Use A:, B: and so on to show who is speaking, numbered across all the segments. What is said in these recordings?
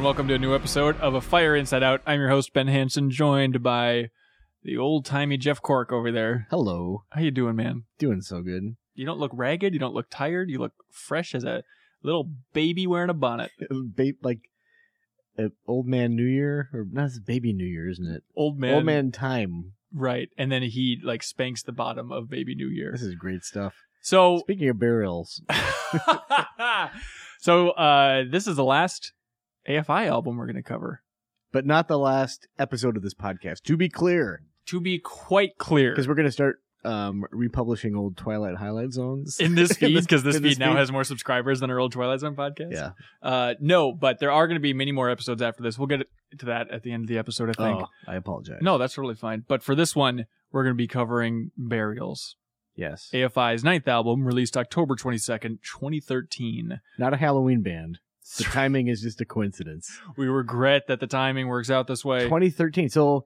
A: welcome to a new episode of A Fire Inside Out. I'm your host Ben Hanson, joined by the old timey Jeff Cork over there.
B: Hello.
A: How you doing, man?
B: Doing so good.
A: You don't look ragged. You don't look tired. You look fresh as a little baby wearing a bonnet.
B: Ba- like uh, old man New Year or not it's baby New Year, isn't it?
A: Old man,
B: Old man time.
A: right? And then he like spanks the bottom of baby New Year.
B: This is great stuff.
A: So,
B: Speaking of burials,
A: so uh, this is the last AFI album we're going to cover.
B: but not the last episode of this podcast. To be clear,
A: To be quite clear,
B: because we're gonna start um republishing old Twilight highlight zones.
A: in this
B: in
A: feed
B: this-
A: because this,
B: in
A: feed
B: this
A: now
B: feed.
A: has more subscribers than our old Twilight Zone podcast.
B: Yeah.
A: Uh, no, but there are going to be many more episodes after this. We'll get to that at the end of the episode, I think.
B: Oh, I apologize.
A: No, that's totally fine. But for this one, we're going to be covering Burials,
B: Yes.
A: AFI's ninth album, released October 22nd, 2013.
B: Not a Halloween band. The timing is just a coincidence.
A: We regret that the timing works out this way.
B: 2013. So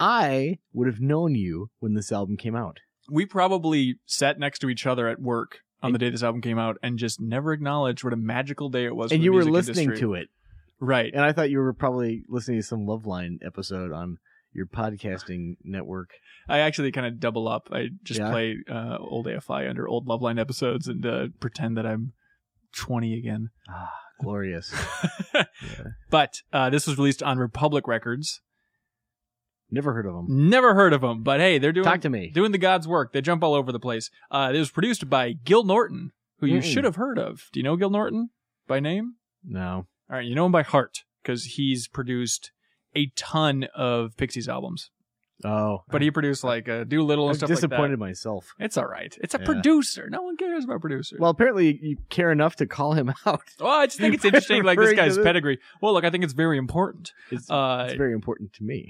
B: I would have known you when this album came out.
A: we probably sat next to each other at work on the day this album came out and just never acknowledged what a magical day it was.
B: And
A: for
B: you
A: the
B: were
A: music
B: listening
A: industry.
B: to it.
A: Right.
B: And I thought you were probably listening to some Loveline episode on your podcasting network.
A: I actually kind of double up. I just
B: Yeah?
A: play uh, old AFI under old Loveline episodes and uh, pretend that I'm 20 again.
B: Ah, glorious.
A: But uh, this was released on Republic Records.
B: Never heard of them.
A: Never heard of them, but hey, they're doing
B: Talk to me.
A: doing the God's work. They jump all over the place. Uh, it was produced by Gil Norton, who you
B: Mm-mm.
A: should have heard of. Do you know Gil Norton by name?
B: No.
A: All right, you know him by heart because he's produced a ton of Pixies albums.
B: Oh.
A: But he produced like uh, Doolittle
B: I'm
A: and stuff like that.
B: disappointed myself.
A: It's all right. It's a
B: Yeah.
A: producer. No one cares about producers.
B: Well, apparently you care enough to call him out.
A: Well, I just think it's interesting, like this
B: Referring to
A: guy's
B: this.
A: pedigree. Well, look, I think it's very important.
B: It's,
A: Uh,
B: it's very important to me.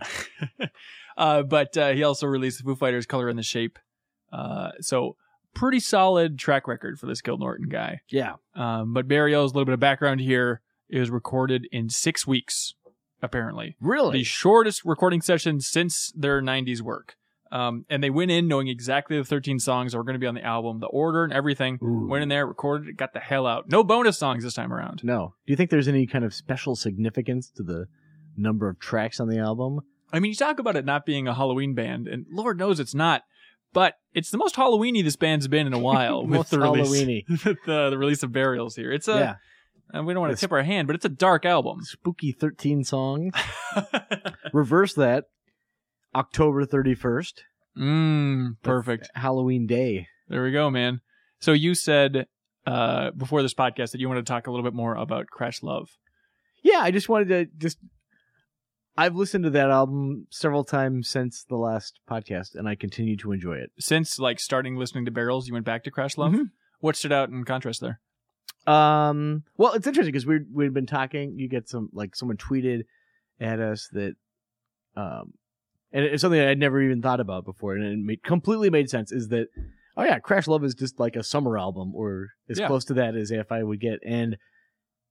A: uh, but uh, he also released the Foo Fighters' "Color and the Shape," uh, so pretty solid track record for this Gil Norton guy.
B: Yeah.
A: Um, but Barrios, a little bit of background here, it was recorded in six weeks, apparently,
B: Really?
A: the shortest recording session since their '90s work. Um, and they went in knowing exactly the 13 songs that were going to be on the album, the order and everything.
B: Ooh.
A: Went in there, recorded it, got the hell out. No bonus songs this time around.
B: no. Do you think there's any kind of special significance to the number of tracks on the album?
A: I mean, you talk about it not being a Halloween band, and Lord knows it's not, but it's the most Halloweeny this band's been in a while with
B: Most
A: the release,
B: Halloweeny.
A: with the, the release of Burials here. It's
B: yeah.
A: a and we don't want to
B: It's-
A: tip our hand, but it's a dark album.
B: Spooky 13 song. Reverse that. October 31st.
A: Mmm, perfect.
B: Halloween day.
A: There we go, man. So you said uh, before this podcast that you wanted to talk a little bit more about Crash Love.
B: Yeah, I just wanted to just. I've listened to that album several times since the last podcast, and I continue to enjoy it.
A: Since like starting listening to Barrels, you went back to Crash Love.
B: Mhm.
A: What stood out in contrast there?
B: Um, well, it's interesting because we we've been talking. You get some like someone tweeted at us that, um, and it's something that I'd never even thought about before, and it made, completely made sense. Is that oh yeah, Crash Love is just like a summer album, or as
A: Yeah.
B: close to that as AFI would get. And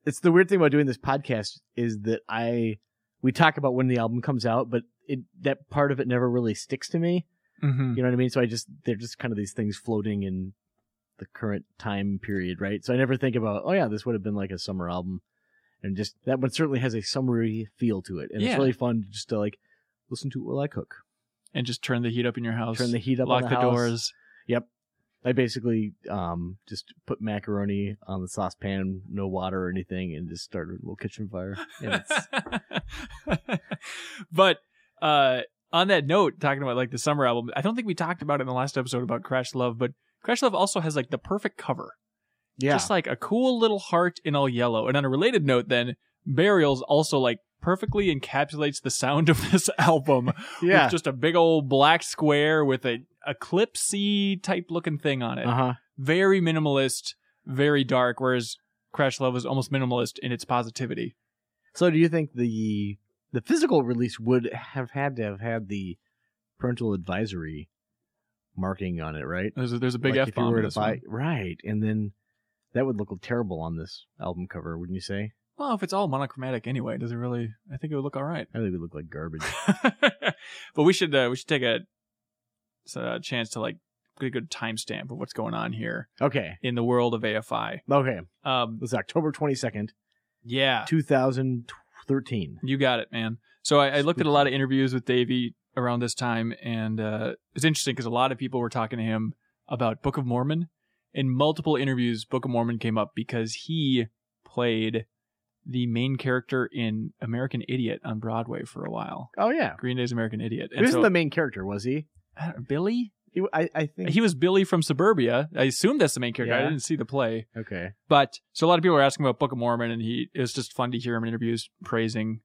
B: it's the weird thing about doing this podcast is that I we talk about when the album comes out, but it that part of it never really sticks to me.
A: Mm-hmm.
B: You know what I mean? So I just they're just kind of these things floating in the current time period, right? So I never think about, oh yeah, this would have been like a summer album, and just that one certainly has a summery feel to it, and
A: Yeah.
B: it's really fun to just to like listen to it while I cook,
A: And just turn the heat up in your house.
B: turn the heat up,
A: lock
B: on
A: the
B: house.
A: doors.
B: I basically um, just put macaroni on the saucepan, no water or anything, and just start a little kitchen fire. And it's,
A: but uh, on that note, talking about like the summer album, I don't think we talked about it in the last episode about Crash Love, but Crash Love also has like the perfect cover,
B: yeah,
A: just like a cool little heart in all yellow. And on a related note, then Burials also like perfectly encapsulates the sound of this album
B: yeah,
A: with just a big old black square with a eclipsey type looking thing on it.
B: uh huh,
A: Very minimalist, very dark. Whereas Crash Love is almost minimalist in its positivity.
B: So do you think the the physical release would have had to have had the parental advisory marking on it, right?
A: There's a, there's a big
B: Like,
A: F bomb. in this one.
B: right, and then that would look terrible on this album cover, wouldn't you say?
A: Well, if it's all monochromatic anyway, does it really? I think it would look all right.
B: I think it would look like garbage.
A: but we should uh, we should take a, s- uh chance to like get a good timestamp of what's going on here
B: okay,
A: in the world of AFI.
B: okay,
A: Um,
B: this is October twenty second,
A: yeah,
B: two thousand 13.
A: You got it, man. So I, I looked at a lot of interviews with Davey around this time, and uh, it's interesting because a lot of people were talking to him about Book of Mormon. In multiple interviews, Book of Mormon came up because he played the main character in American Idiot on Broadway for a while.
B: Oh yeah,
A: Green Day's American Idiot.
B: he
A: And
B: wasn't
A: so,
B: the main character, was he?
A: I don't know, Billy?
B: He- I, I think
A: He was Billy from Suburbia. I assume that's the main character. I
B: Yeah.
A: didn't see the play.
B: okay.
A: But so a lot of people were asking about Book of Mormon, and he it was just fun to hear him in interviews praising,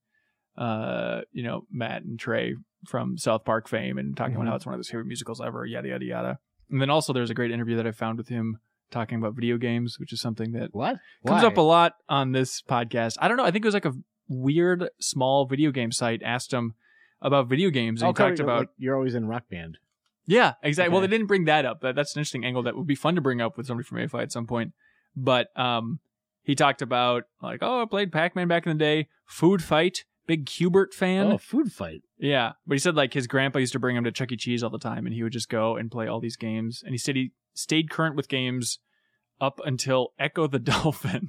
A: uh, you know, Matt and Trey from South Park fame and talking
B: Mhm.
A: about how it's one of his favorite musicals ever, yada yada yada. And then also there's a great interview that I found with him talking about video games, which is something that
B: What
A: comes up a lot on this podcast. I don't know. I think it was like a weird small video game site asked him about video games, and he talked about
B: Oh, you're always in rock band.
A: yeah, exactly. Well, they
B: Okay.
A: didn't bring that up. That, that's an interesting angle that would be fun to bring up with somebody from AFI at some point. But um, he talked about like, oh, I played Pac Man back in the day. Food Fight, big Hubert fan.
B: oh, food fight.
A: Yeah, but he said like his grandpa used to bring him to Chuck E. Cheese all the time, and he would just go and play all these games. And he said he stayed current with games up until Echo the Dolphin.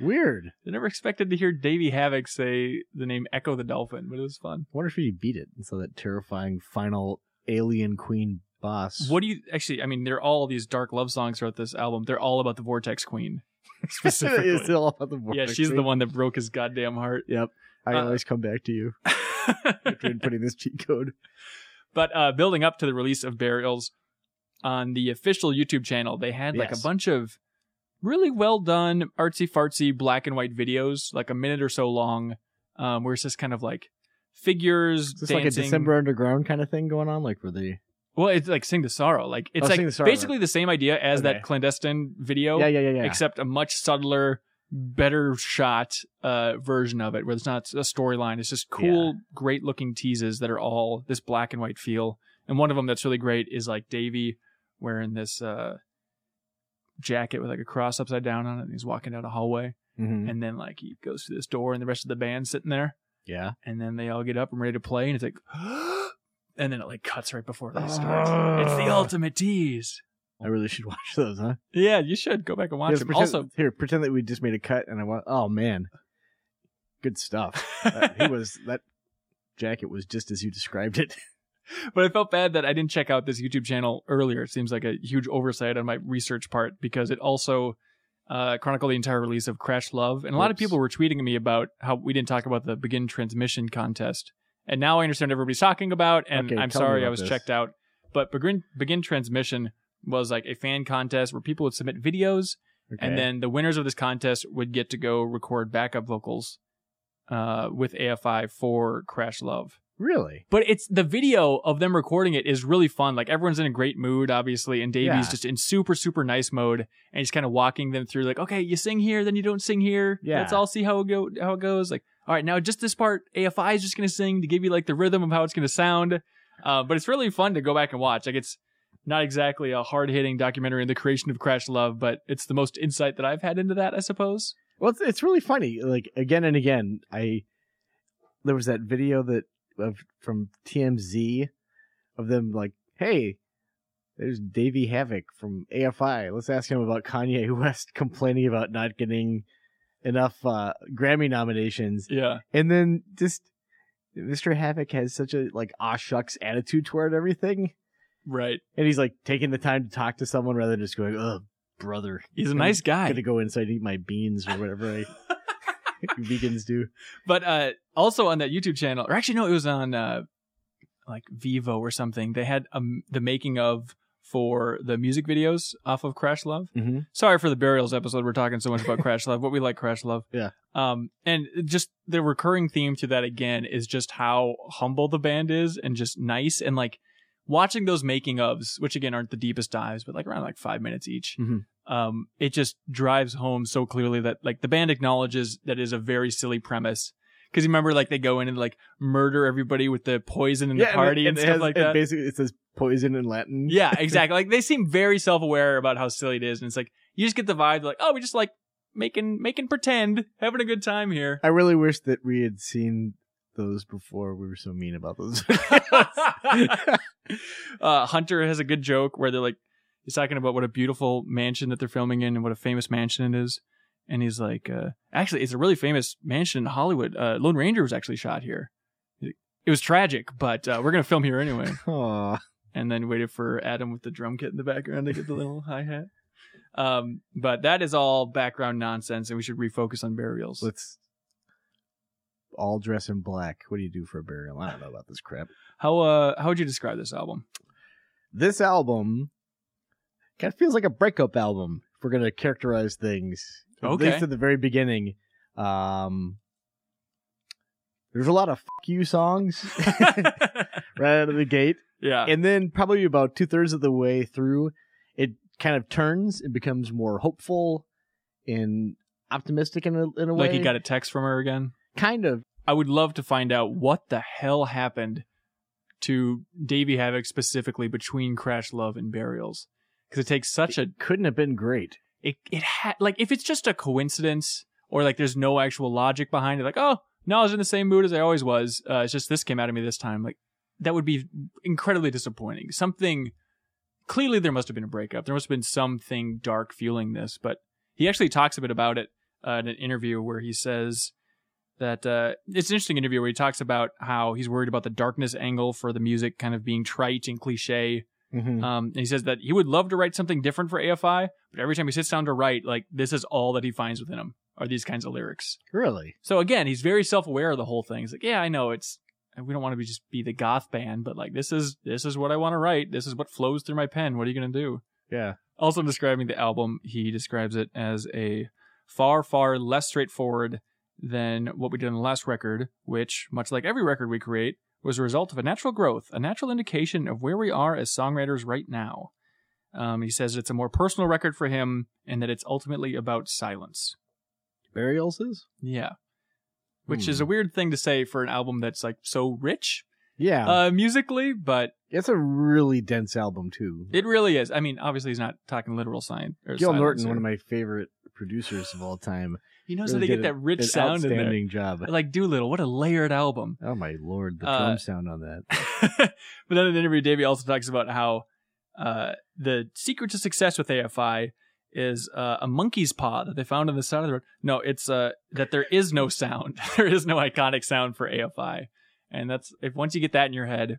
B: Weird.
A: I never expected to hear Davey Havoc say the name Echo the Dolphin, but it was fun.
B: wonder if he beat it. And so that terrifying final alien queen boss.
A: What do you actually? I mean, they're all these dark love songs throughout this album. They're all about the Vortex Queen, specifically.
B: it's all about the
A: yeah, she's the one that broke his goddamn heart.
B: Yep. I
A: Uh,
B: always come back to you after putting this cheat code.
A: but uh, building up to the release of Burials on the official YouTube channel, they had like
B: Yes.
A: a bunch of really well done artsy fartsy black and white videos, like a minute or so long, um, where it's just kind of like figures
B: Is this
A: dancing.
B: like a December Underground kind of thing going on? Like were they?
A: Well, it's like Sing the Sorrow. Like it's
B: Oh, Sing
A: like
B: the Sorrow.
A: basically the same idea as
B: Okay.
A: that clandestine video.
B: yeah, yeah, yeah, yeah.
A: except a much subtler, better shot uh, version of it, where it's not a storyline. It's just cool, great looking teases that are all this black and white feel. And one of them that's really great is like Davey wearing this uh, jacket with like a cross upside down on it, and he's walking down a hallway.
B: Mhm.
A: And then like he goes through this door, and the rest of the band's sitting there,
B: Yeah.
A: and then they all get up and ready to play, and it's like. And then it like cuts right before they start. It's the
B: Ah.
A: ultimate tease.
B: I really should watch those, huh?
A: Yeah, you should go back and watch
B: Yes,
A: them.
B: pretend-
A: Also,
B: here, pretend that we just made a cut, and I want. Oh man, good stuff.
A: uh,
B: That- he was that jacket was just as you described it.
A: but I felt bad that I didn't check out this YouTube channel earlier. It seems like a huge oversight on my research part because it also uh, chronicled the entire release of Crash Love, and a lot of
B: Oops.
A: people were tweeting at me about how we didn't talk about the Begin Transmission contest, and now I understand what everybody's talking about. And
B: Okay,
A: I'm
B: tell me
A: sorry I
B: about
A: was
B: this.
A: checked out, but Begin Begin Transmission was like a fan contest where people would submit videos, and
B: Okay.
A: then the winners of this contest would get to go record backup vocals uh, with AFI for Crash Love.
B: really,
A: But it's the video of them recording it is really fun. Like everyone's in a great mood, obviously, and Davey's
B: Yeah.
A: just in super, super nice mode, and he's kind of walking them through, like, okay, you sing here, then you don't sing here.
B: Yeah.
A: let's all see how it go, how it goes. Like, all right, now just this part, AFI is just gonna sing to give you like the rhythm of how it's gonna sound. Uh, but it's really fun to go back and watch. Like, it's not exactly a hard hitting documentary on the creation of Crash Love, but it's the most insight that I've had into that, I suppose.
B: well, it's, it's really funny. Like again and again, I there was that video that of from TMZ of them like, hey, there's Davey Havoc from AFI. Let's ask him about Kanye West complaining about not getting enough uh, Grammy nominations.
A: Yeah,
B: and then just Mr. Havoc has such a like ah shucks attitude toward everything,
A: right.
B: and he's like taking the time to talk to someone rather than just going, "Oh, brother,
A: He's a nice guy.
B: I'm gonna go inside and eat my beans or whatever I, vegans do."
A: but uh also on that youtube channel or actually no it was on uh like vivo or something they had um the making of for the music videos off of crash love
B: Mm-hmm.
A: sorry for the burials episode we're talking so much about crash love but we like crash love
B: Yeah.
A: um and just the recurring theme to that again is just how humble the band is and just nice and like watching those making ofs which again aren't the deepest dives but like around like five minutes each
B: Mhm.
A: um it just drives home so clearly that like the band acknowledges that is a very silly premise because you remember like they go in and like murder everybody with the poison in the party and,
B: it
A: stuff
B: has-
A: like
B: and
A: that
B: Basically, it says poison in Latin.
A: yeah, exactly. Like they seem very self-aware about how silly it is, and it's like you just get the vibe like, oh, we just like making making pretend, having a good time here.
B: I really wish that we had seen those before. We were so mean about those.
A: uh, Hunter has a good joke where they're like, he's talking about what a beautiful mansion that they're filming in and what a famous mansion it is. and he's like, uh, actually, it's a really famous mansion in Hollywood. Uh, Lone Ranger was actually shot here. It was tragic, but uh, we're gonna film here anyway.
B: Aw.
A: and then waited for Adam with the drum kit in the background to get the little hi hat. Um, but that is all background nonsense, and we should refocus on burials.
B: Let's all dress in black. What do you do for a burial? I don't know about this crap.
A: How uh, how would you describe this album?
B: This album kind of feels like a breakup album. If we're gonna characterize things, at
A: Okay.
B: least at the very beginning, um, there's a lot of "fuck you" songs right out of the gate.
A: yeah,
B: and then probably about two thirds of the way through, it kind of turns and becomes more hopeful and optimistic in a, in a way.
A: like he got a text from her again.
B: kind of.
A: I would love to find out what the hell happened to Davy Havoc specifically between Crash Love and Burials. Because it takes such a
B: Couldn't have been great.
A: it it had like if it's just a coincidence or like there's no actual logic behind it, like oh no, I was in the same mood as I always was. Uh, it's just this came out of me this time. Like that would be incredibly disappointing. Something clearly there must have been a breakup. There must have been something dark fueling this. But he actually talks a bit about it uh, in an interview where he says that uh, it's an interesting interview where he talks about how he's worried about the darkness angle for the music kind of being trite and cliche.
B: Mm-hmm. Uh,
A: Um, and he says that he would love to write something different for AFI, but every time he sits down to write, like this is all that he finds within him are these kinds of lyrics.
B: Really?
A: So again, he's very self aware of the whole thing. He's like, yeah, I know it's we don't want to be just be the goth band, but like this is this is what I want to write. This is what flows through my pen. What are you gonna do?
B: Yeah.
A: Also, in describing the album, he describes it as a far, far less straightforward than what we did on the last record, which, much like every record we create, was a result of a natural growth, a natural indication of where we are as songwriters right now. Um, he says it's a more personal record for him and that it's ultimately about silence.
B: Burials is?
A: Yeah. Which
B: Hmm.
A: is a weird thing to say for an album that's like so rich
B: Yeah.
A: uh, musically, but
B: it's a really dense album too.
A: it really is. I mean, obviously, he's not talking literal sign. Or
B: Gil
A: silence
B: Norton,
A: or-
B: one of my favorite producers of all time,
A: He knows
B: really
A: how to get
B: did
A: that rich
B: did
A: sound in there.
B: outstanding job.
A: like Doolittle. What a layered album.
B: Oh my lord, the
A: Uh,
B: drum sound on that.
A: but then in the interview, Davey also talks about how uh, the secret to success with AFI is uh, a monkey's paw that they found on the side of the road. No, it's uh, that there is no sound. there is no iconic sound for AFI, and that's if once you get that in your head,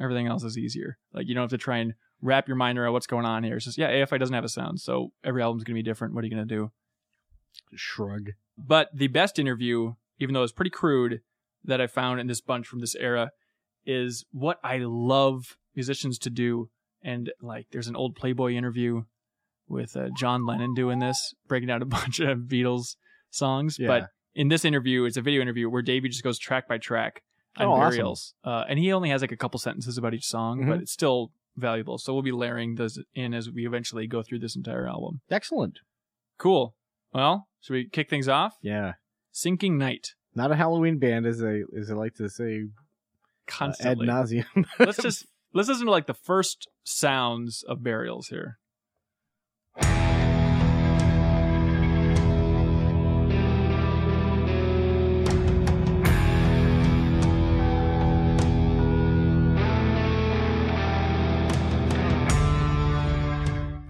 A: everything else is easier. Like you don't have to try and wrap your mind around what's going on here. It's just yeah, AFI doesn't have a sound, so every album's gonna be different. What are you gonna do?
B: Shrug.
A: But the best interview, even though it's pretty crude, that I found in this bunch from this era is what I love musicians to do. And like, there's an old Playboy interview with uh, John Lennon doing this, breaking down a bunch of Beatles songs.
B: Yeah.
A: But in this interview, it's a video interview where Davey just goes track by track on
B: Oh, awesome.
A: burials. Uh, and he only has like a couple sentences about each song, but
B: Mhm.
A: it's still valuable. So we'll be layering those in as we eventually go through this entire album.
B: Excellent.
A: Cool. Well, should we kick things off?
B: Yeah.
A: Sinking Night.
B: Not a Halloween band, as I as I like to say uh, ad
A: constantly.
B: nauseum.
A: let's just let's listen to like the first sounds of burials here.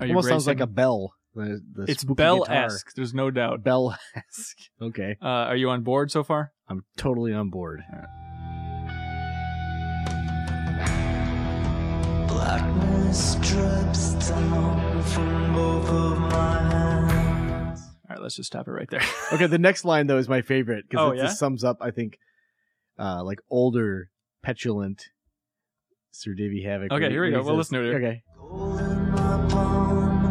A: Are you
B: almost sounds
A: bracing?
B: like a bell. The, the
A: it's
B: spooky
A: bell
B: guitar.
A: esque. There's no doubt.
B: Bell esque. Okay,
A: Uh, are you on board so far?
B: I'm totally on board.
C: Blackness drips down from both of my hands.
A: All right, let's just stop it right there.
B: Okay, the next line though is my favorite because
A: Oh,
B: it
A: yeah?
B: just sums up, I think, uh, like older, petulant Sir Davy Havoc.
A: Okay,
B: when-
A: here we
B: when
A: go.
B: he
A: We'll
B: says-
A: listen to it here.
B: Okay,
C: Gold in my palm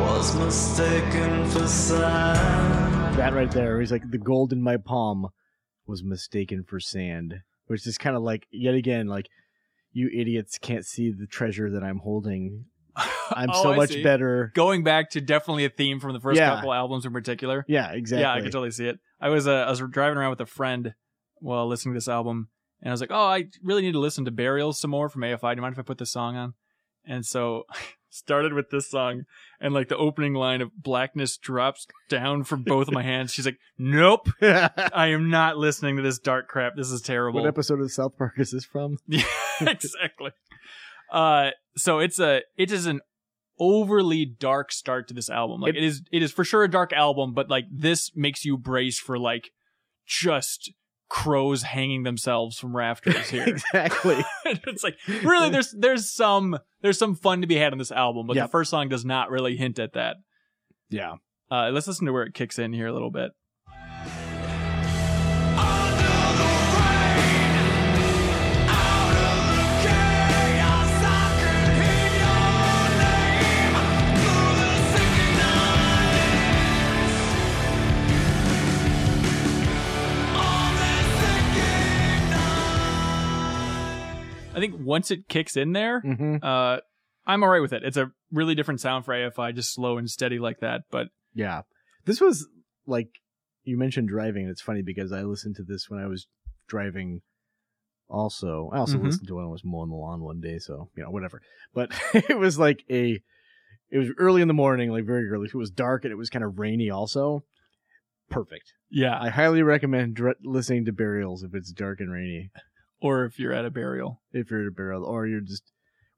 C: was mistaken for sand.
B: that right there. He's like, the gold in my palm was mistaken for sand, which is kind of like yet again, like you idiots can't see the treasure that I'm holding. I'm
A: Oh,
B: so
A: I
B: much
A: see.
B: better.
A: Going back to definitely a theme from the first
B: Yeah.
A: couple albums in particular.
B: Yeah, exactly.
A: Yeah, I could totally see it. I was uh, I was driving around with a friend while listening to this album, and I was like, "Oh, I really need to listen to Burials some more from AFI. Do you mind if I put this song on?" And so started with this song, and like the opening line of "Blackness drops down from both of my hands." She's like, "Nope, I am not listening to this dark crap. This is terrible."
B: what episode of South Park is this from?
A: Yeah, exactly. Uh, so it's a it is an overly dark start to this album. Like it
B: It-
A: is it is for sure a dark album, but like this makes you brace for like just crows hanging themselves from rafters here.
B: exactly.
A: it's like really there's there's some there's some fun to be had on this album, but
B: Yep.
A: the first song does not really hint at that.
B: yeah.
A: Uh, let's listen to where it kicks in here a little bit. I think once it kicks in there,
B: Mm-hmm.
A: uh, I'm all right with it. It's a really different sound for AFI, just slow and steady like that. But
B: Yeah. This was like you mentioned driving, and it's funny because I listened to this when I was driving also. I also
A: Mhm.
B: listened to it when I was mowing the lawn one day, so you know, whatever. But it was like a it was early in the morning, like very early. It was dark and it was kind of rainy also. Perfect.
A: yeah,
B: I highly recommend dr- listening to burials if it's dark and rainy.
A: or if you're at a burial,
B: If you're at a burial or you're just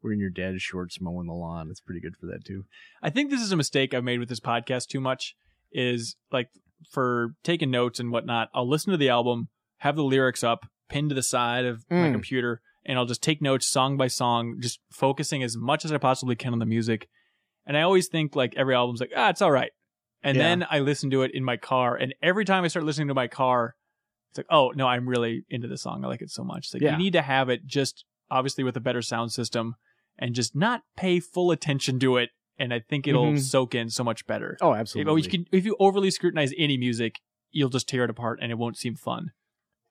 B: wearing your dad's shorts mowing the lawn, it's pretty good for that too.
A: I think this is a mistake I've made with this podcast too much. Is like for taking notes and whatnot, I'll listen to the album, have the lyrics up, pinned to the side of my
B: Mm.
A: computer, and I'll just take notes song by song, just focusing as much as I possibly can on the music. And I always think like every album's like, ah, it's all right. And
B: Yeah.
A: then I listen to it in my car, and every time I start listening to my car, it's like, oh no, I'm really into this song. I like it so much. It's like
B: Yeah.
A: you need to have it just obviously with a better sound system, and just not pay full attention to it. And I think it'll
B: Mhm.
A: soak in so much better.
B: Oh,
A: If-
B: absolutely.
A: oh, you can- if you overly scrutinize any music, you'll just tear it apart, and it won't seem fun.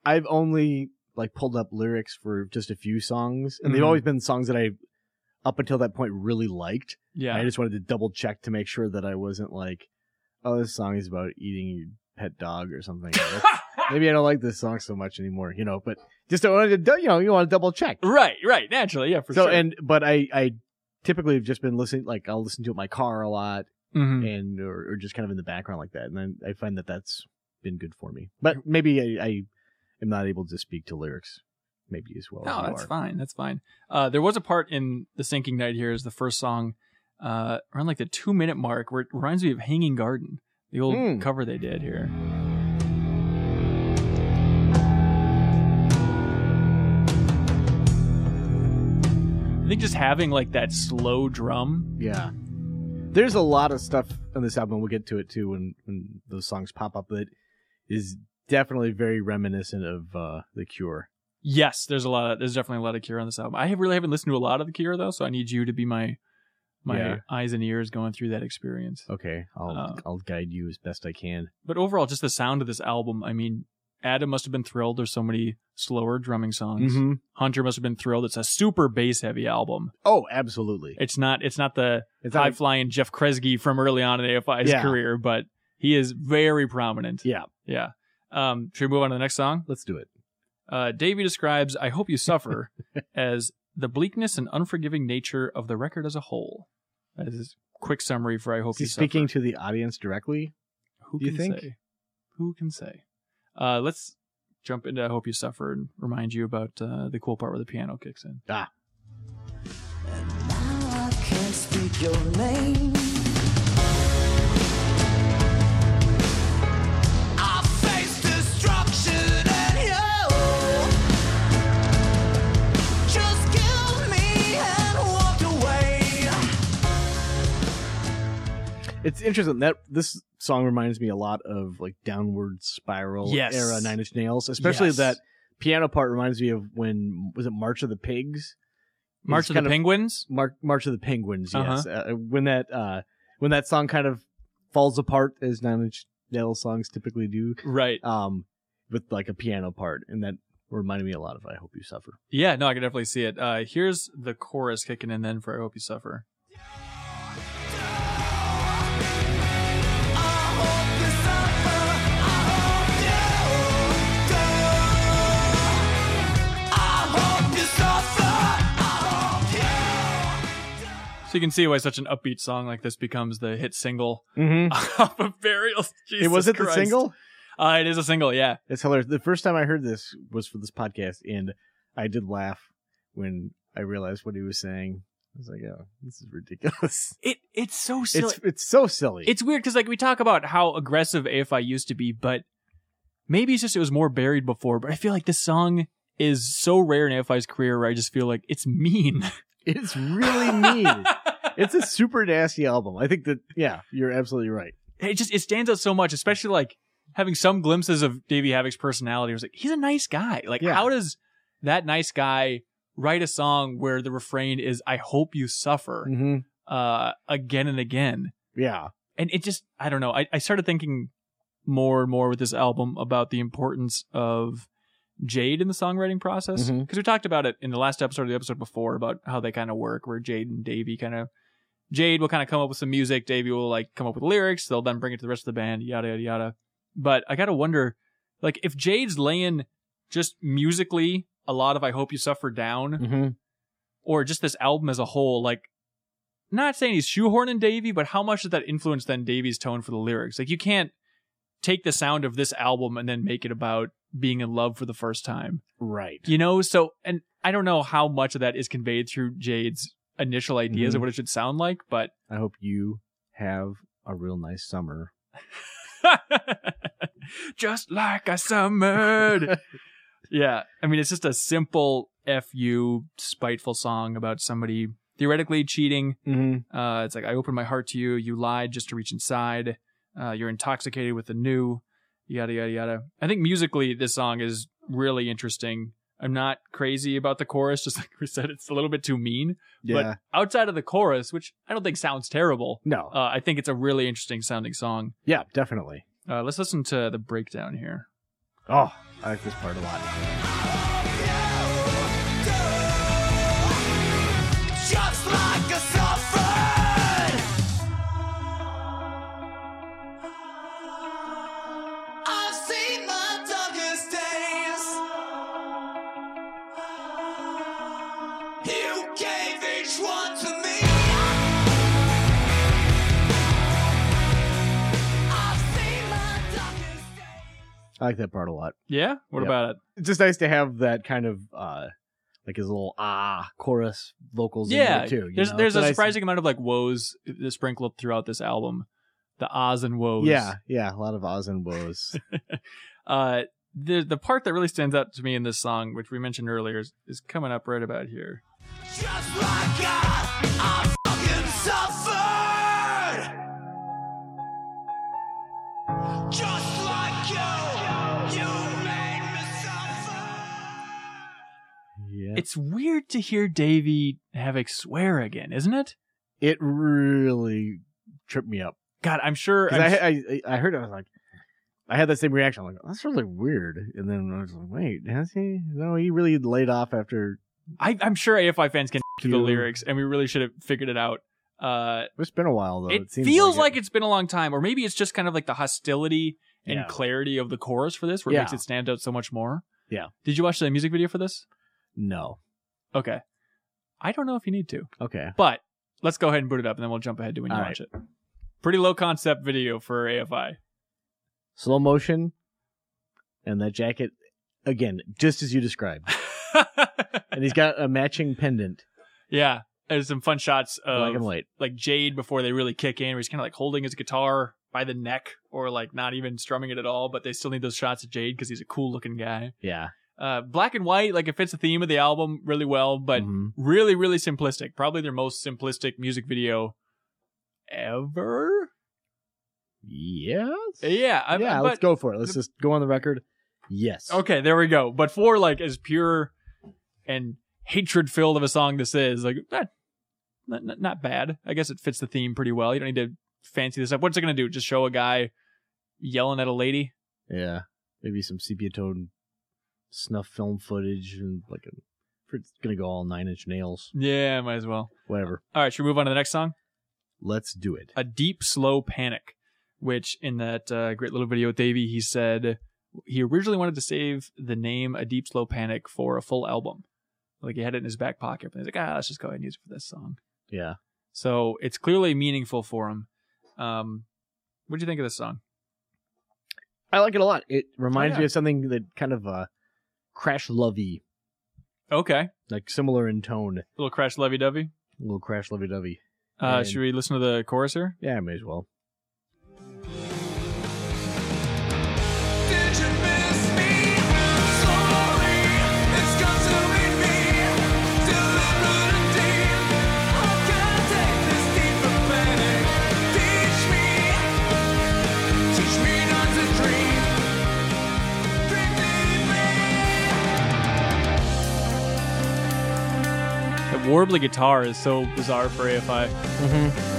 B: I've only like pulled up lyrics for just a few songs, and they've
A: Mhm.
B: always been songs that I, up until that point, really liked.
A: Yeah,
B: I just wanted to double check to make sure that I wasn't like, oh, this song is about eating your pet dog or something. That's- Maybe I don't like this song so much anymore, you know. But just I wanted to, dou- you know, you want to double check.
A: right, right, naturally, yeah, for
B: so
A: sure.
B: and but I I typically have just been listening like I'll listen to it in my car a lot
A: Mhm.
B: and or, or just kind of in the background like that. And then I find that that's been good for me. But maybe I, I am not able to speak to lyrics, maybe as well. as
A: No,
B: you
A: that's
B: are.
A: fine. That's fine. Uh, there was a part in The Sinking Night here is the first song uh, around like the two minute mark where it reminds me of Hanging Garden, the old
B: Mm.
A: cover they did here. I think just having like that slow drum.
B: Yeah, there's a lot of stuff on this album. We'll get to it too when when those songs pop up. That is definitely very reminiscent of uh, the Cure.
A: Yes, there's a lot of there's definitely a lot of Cure on this album. I have- really haven't listened to a lot of the Cure though, so I need you to be my my
B: Yeah.
A: eyes and ears going through that experience.
B: Okay, I'll
A: Uh.
B: I'll guide you as best I can.
A: but overall, just the sound of this album. I mean, Adam must have been thrilled. There's so many slower drumming songs.
B: Mhm.
A: Hunter must have been thrilled. It's a super bass heavy album.
B: Oh, absolutely.
A: It's not. It's not the
B: It's
A: high
B: not,
A: flying Jeff Kresge from early on in AFI's
B: Yeah.
A: career, but he is very prominent.
B: yeah,
A: Yeah. Um, should we move on to the next song?
B: let's do it.
A: Uh, Davey describes "I Hope You Suffer" as the bleakness and unforgiving nature of the record as a whole. That is his quick summary for "I Hope
B: Is he
A: You
B: speaking
A: Suffer."
B: to the audience directly?
A: Who
B: Do you
A: can
B: think?
A: say? Who can say? Uh, let's jump into I Hope You Suffer and remind you about uh, the cool part where the piano kicks in.
B: Ah,
C: Now I can't speak your name. I face destruction and you just killed me and walked away.
B: It's interesting that this song reminds me a lot of like downward spiral
A: Yes.
B: era Nine Inch Nails, especially
A: Yes.
B: that piano part reminds me of when was it March of the Pigs,
A: March
B: It's
A: of the
B: kind of-
A: Penguins.
B: Mar- March of the Penguins,
A: Uh-huh.
B: yes, uh, when that uh, when that song kind of falls apart as Nine Inch Nails songs typically do,
A: Right.
B: um, with like a piano part, and that reminded me a lot of "I Hope You Suffer."
A: Yeah, no, I can definitely see it. Uh, here's the chorus kicking in then for I Hope You Suffer. So you can see why such an upbeat song like this becomes the hit single
B: Mm-hmm.
A: off of Burials. Jesus
B: It was it the
A: Christ.
B: single.
A: Uh, it is a single, yeah.
B: It's hilarious. The first time I heard this was for this podcast, and I did laugh when I realized what he was saying. I was like, oh, this is ridiculous.
A: It it's so silly.
B: It's
A: It's,
B: it's so silly.
A: weird because like we talk about how aggressive AFI used to be, but maybe it's just it was more buried before. But I feel like this song is so rare in AFI's career where I just feel like it's mean.
B: it's really mean. it's a super nasty album. I think that yeah, you're absolutely right.
A: it just it stands out so much, especially like having some glimpses of Davey Havoc's personality. I was like, he's a nice guy. Like,
B: Yeah.
A: how does that nice guy write a song where the refrain is "I hope you suffer"
B: Mm-hmm.
A: uh, again and again?
B: Yeah.
A: And it just, I don't know. I, I started thinking more and more with this album about the importance of Jade in the songwriting process because
B: Mhm.
A: we talked about it in the last episode or the episode before about how they kind of work, where Jade and Davey kind of Jade will kind of come up with some music. Davey will like come up with lyrics. They'll then bring it to the rest of the band, yada, yada, yada. But I got to wonder, like, if Jade's laying just musically a lot of I Hope You Suffer down,
B: Mm-hmm.
A: or just this album as a whole, like not saying he's shoehorning Davey, but how much does that influence then Davey's tone for the lyrics? Like you can't take the sound of this album and then make it about being in love for the first time.
B: Right.
A: You know, so and I don't know how much of that is conveyed through Jade's initial ideas of
B: Mhm.
A: what it should sound like, but
B: I hope you have a real nice summer.
A: just like a summered. yeah. I mean, it's just a simple FU spiteful song about somebody theoretically cheating
B: Mm-hmm.
A: Uh, it's like I opened my heart to you. You lied just to reach inside. Uh, you're intoxicated with the new. Yada yada yada. I think musically this song is really interesting. I'm not crazy about the chorus, just like we said, it's a little bit too mean.
B: Yeah.
A: But outside of the chorus, which I don't think sounds terrible,
B: no.
A: uh, I think it's a really interesting sounding song.
B: yeah, definitely.
A: Uh, let's listen to the breakdown here.
B: Oh, I like this part a lot.
C: Just like a suffered. I've seen the darkest days. You gave each one to me. I've seen the darkest days.
B: I like that part a lot.
A: Yeah, what
B: Yep.
A: about it?
B: It's just nice to have that kind of uh like his little ah chorus vocals
A: yeah,
B: in there too. you
A: there's
B: know?
A: there's
B: It's
A: a
B: nice-
A: surprising amount of like woes uh, sprinkled throughout this album, the ahs and woes.
B: Yeah, yeah, a lot of ahs and woes.
A: Uh, the the part that really stands out to me in this song, which we mentioned earlier, is, is coming up right about here.
C: Just like I, I fucking suffered. Just like you, you made me suffer.
B: yeah.
A: It's weird to hear Davey Havoc swear again, isn't it?
B: it really tripped me up
A: God, I'm sure.
B: 'Cause
A: I'm su-
B: I, I I heard it, I was like, I had that same reaction. I'm like, that's really weird. And then I was like, wait, has he? No, he really laid off after
A: I, I'm sure AFI fans can to the
B: you.
A: lyrics, and we really should have figured it out. Uh,
B: It's been a while though. It,
A: it,
B: seems
A: feels like,
B: it.
A: it's been a long time, or maybe it's just kind of like the hostility and
B: Yeah.
A: clarity of the chorus for this, where it
B: Yeah.
A: makes it stand out so much more.
B: Yeah.
A: Did you watch the music video for this?
B: no.
A: Okay. I don't know if you need to.
B: Okay.
A: But let's go ahead and boot it up, and then we'll jump ahead to when you
B: All
A: watch it. Pretty low concept video for AFI.
B: Slow motion, and that jacket again, just as you described. And he's got a matching pendant,
A: yeah, there's some fun shots
B: black
A: of
B: and
A: like,
B: white.
A: Jade before they really kick in, where he's kind of like holding his guitar by the neck, or like not even strumming it at all. But they still need those shots of Jade because he's a cool looking guy.
B: Yeah.
A: Uh, black and white, like it fits the theme of the album really well, but
B: Mhm.
A: really, really simplistic. Probably their most simplistic music video ever.
B: yes.
A: Yeah, I,
B: yeah.
A: but,
B: let's go for it. Let's just go on the record. Yes.
A: Okay, there we go. But for like as pure and hatred filled of a song this is, like not, not not- not bad. I guess it fits the theme pretty well. You don't need to fancy this up. What's it gonna do? Just show a guy yelling at a lady?
B: Yeah. Maybe some sepia tone snuff film footage and like a. It's gonna go all nine inch nails.
A: Yeah, might as well.
B: Whatever.
A: All right, should we move on to the next song?
B: Let's do it.
A: A deep, slow panic, which in that uh, great little video with Davey, he said he originally wanted to save the name A Deep Slow Panic for a full album. Like he had it in his back pocket, but he's like, ah, let's just go ahead and use it for this song.
B: Yeah.
A: So it's clearly meaningful for him. Um, what do you think of this song?
B: I like it a lot. It reminds
A: Oh, yeah.
B: me of something that kind of uh, crash lovey,
A: Okay, a
B: like similar in tone.
A: little crash lovey dovey.
B: A little crash lovey dovey.
A: Uh,
B: And-
A: should we listen to the chorus here?
B: Yeah, I may as well.
C: Did you miss me? Slowly, it's consuming me. Deliberate and deep. I can't take this deeper panic. Teach me, teach me not to dream. Dream deeply.
A: That warbly guitar is so bizarre for AFI. Mm-hmm.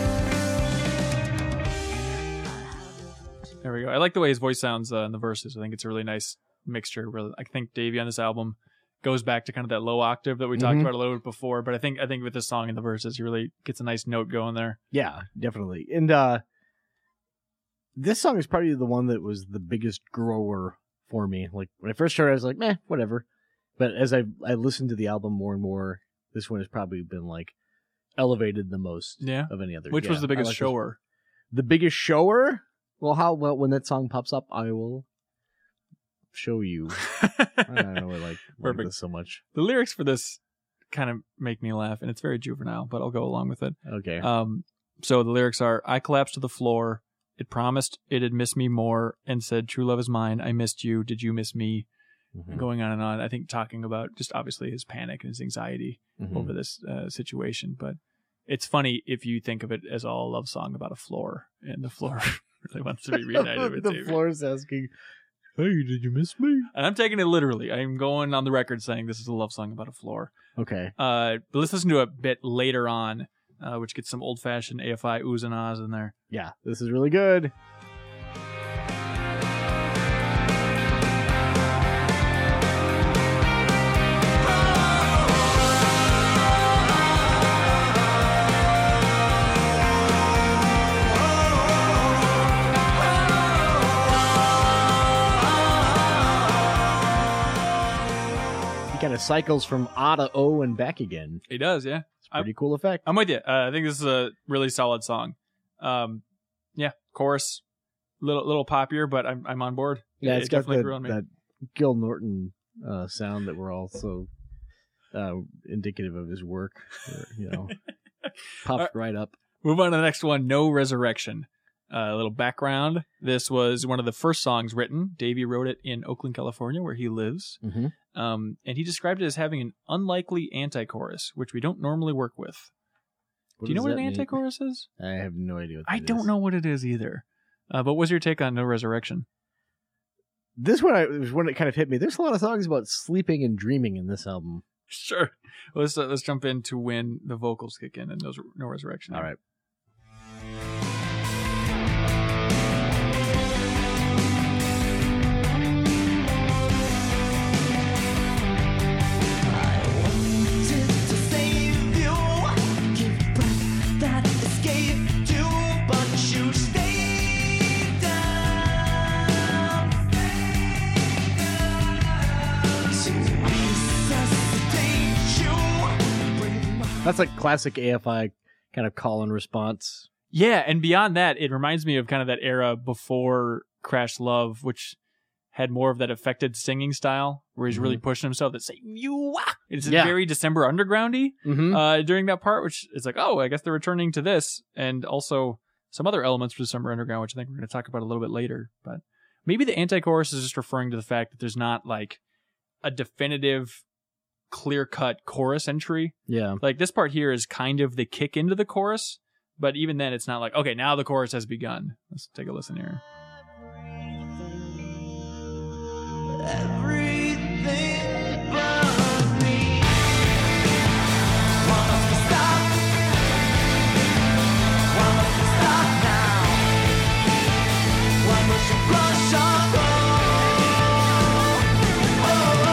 A: There we go. I like the way his voice sounds uh, in the verses. I think it's a really nice mixture. Really, I think Davey on this album goes back to kind of that low octave that we talked
B: Mhm.
A: about a little bit before. But I think I think with this song in the verses, he really gets a nice note going there.
B: Yeah, definitely. And uh this song is probably the one that was the biggest grower for me. Like when I first started, I was like, meh, whatever. But as I I listened to the album more and more, this one has probably been like elevated the most
A: Yeah.
B: of any other.
A: Which was
B: Yeah,
A: the
B: I
A: biggest
B: like this-
A: shower?
B: The biggest shower? Well, how well when that song pops up, I will show you. I don't know, I like, like
A: Perfect.
B: this so much.
A: the lyrics for this kind of make me laugh, and it's very juvenile, but I'll go along with it.
B: Okay.
A: Um, so the lyrics are I collapsed to the floor. It promised it'd miss me more and said, True love is mine. I missed you. Did you miss me?
B: Mhm.
A: Going on and on. I think talking about just obviously his panic and his anxiety
B: Mhm.
A: over this uh, situation. But it's funny if you think of it as all a love song about a floor and the floor really wants to be reunited with
B: the
A: David.
B: floor's asking, "Hey, did you miss me?"
A: And I'm taking it literally. I'm going on the record saying this is a love song about a floor.
B: Okay.
A: Uh, but let's listen to a bit later on, uh, which gets some old fashioned AFI oohs and ahs in there.
B: Yeah, this is really good. He kind of cycles from A to O and back again.
A: It does, yeah.
B: It's a pretty cool effect.
A: I'm with you. Uh, I think this is a really solid song. Um, yeah, chorus, little little poppier, but I'm I'm on board.
B: Yeah,
A: It-
B: it's
A: it
B: got
A: definitely
B: that,
A: grew on me.
B: that Gil Norton uh, sound that we're all so uh, indicative of his work. or, You know, popped right up.
A: Move on to the next one. No resurrection. Uh, a little background. This was one of the first songs written. Davey wrote it in Oakland, California, where he lives.
B: Mm-hmm.
A: Um, and he described it as having an unlikely anti-chorus, which we don't normally work with. Do you know what an anti-chorus is?
B: I have no idea. What
A: I
B: that
A: don't
B: is.
A: know what it is either. Uh, but what's your take on No Resurrection?
B: This one I, was one that kind of hit me. There's a lot of songs about sleeping and dreaming in this album.
A: Sure. Let's uh, let's jump into when the vocals kick in and those No Resurrection.
B: All right.
C: to save you, give breath that escaped you, but you stayed down. So resuscitate you, bring my
B: That's like classic AFI kind of call and response.
A: Yeah, and beyond that, it reminds me of kind of that era before Crash Love, which had more of that affected singing style where he's really pushing himself. That say you, ah!" it's
B: Mm-hmm. Yeah.
A: very December Undergroundy
B: Mm-hmm.
A: uh, during that part, which is like, oh, I guess they're returning to this, and also some other elements from December Underground, which I think we're going to talk about a little bit later. But maybe the anti-chorus is just referring to the fact that there's not like a definitive, clear-cut chorus entry
B: yeah.
A: like this part here is kind of the kick into the chorus but even then it's not like okay now the chorus has begun let's take a listen here
C: Everything but me. Want us to stop? Want us to stop now? Why must you rush our goal? Oh,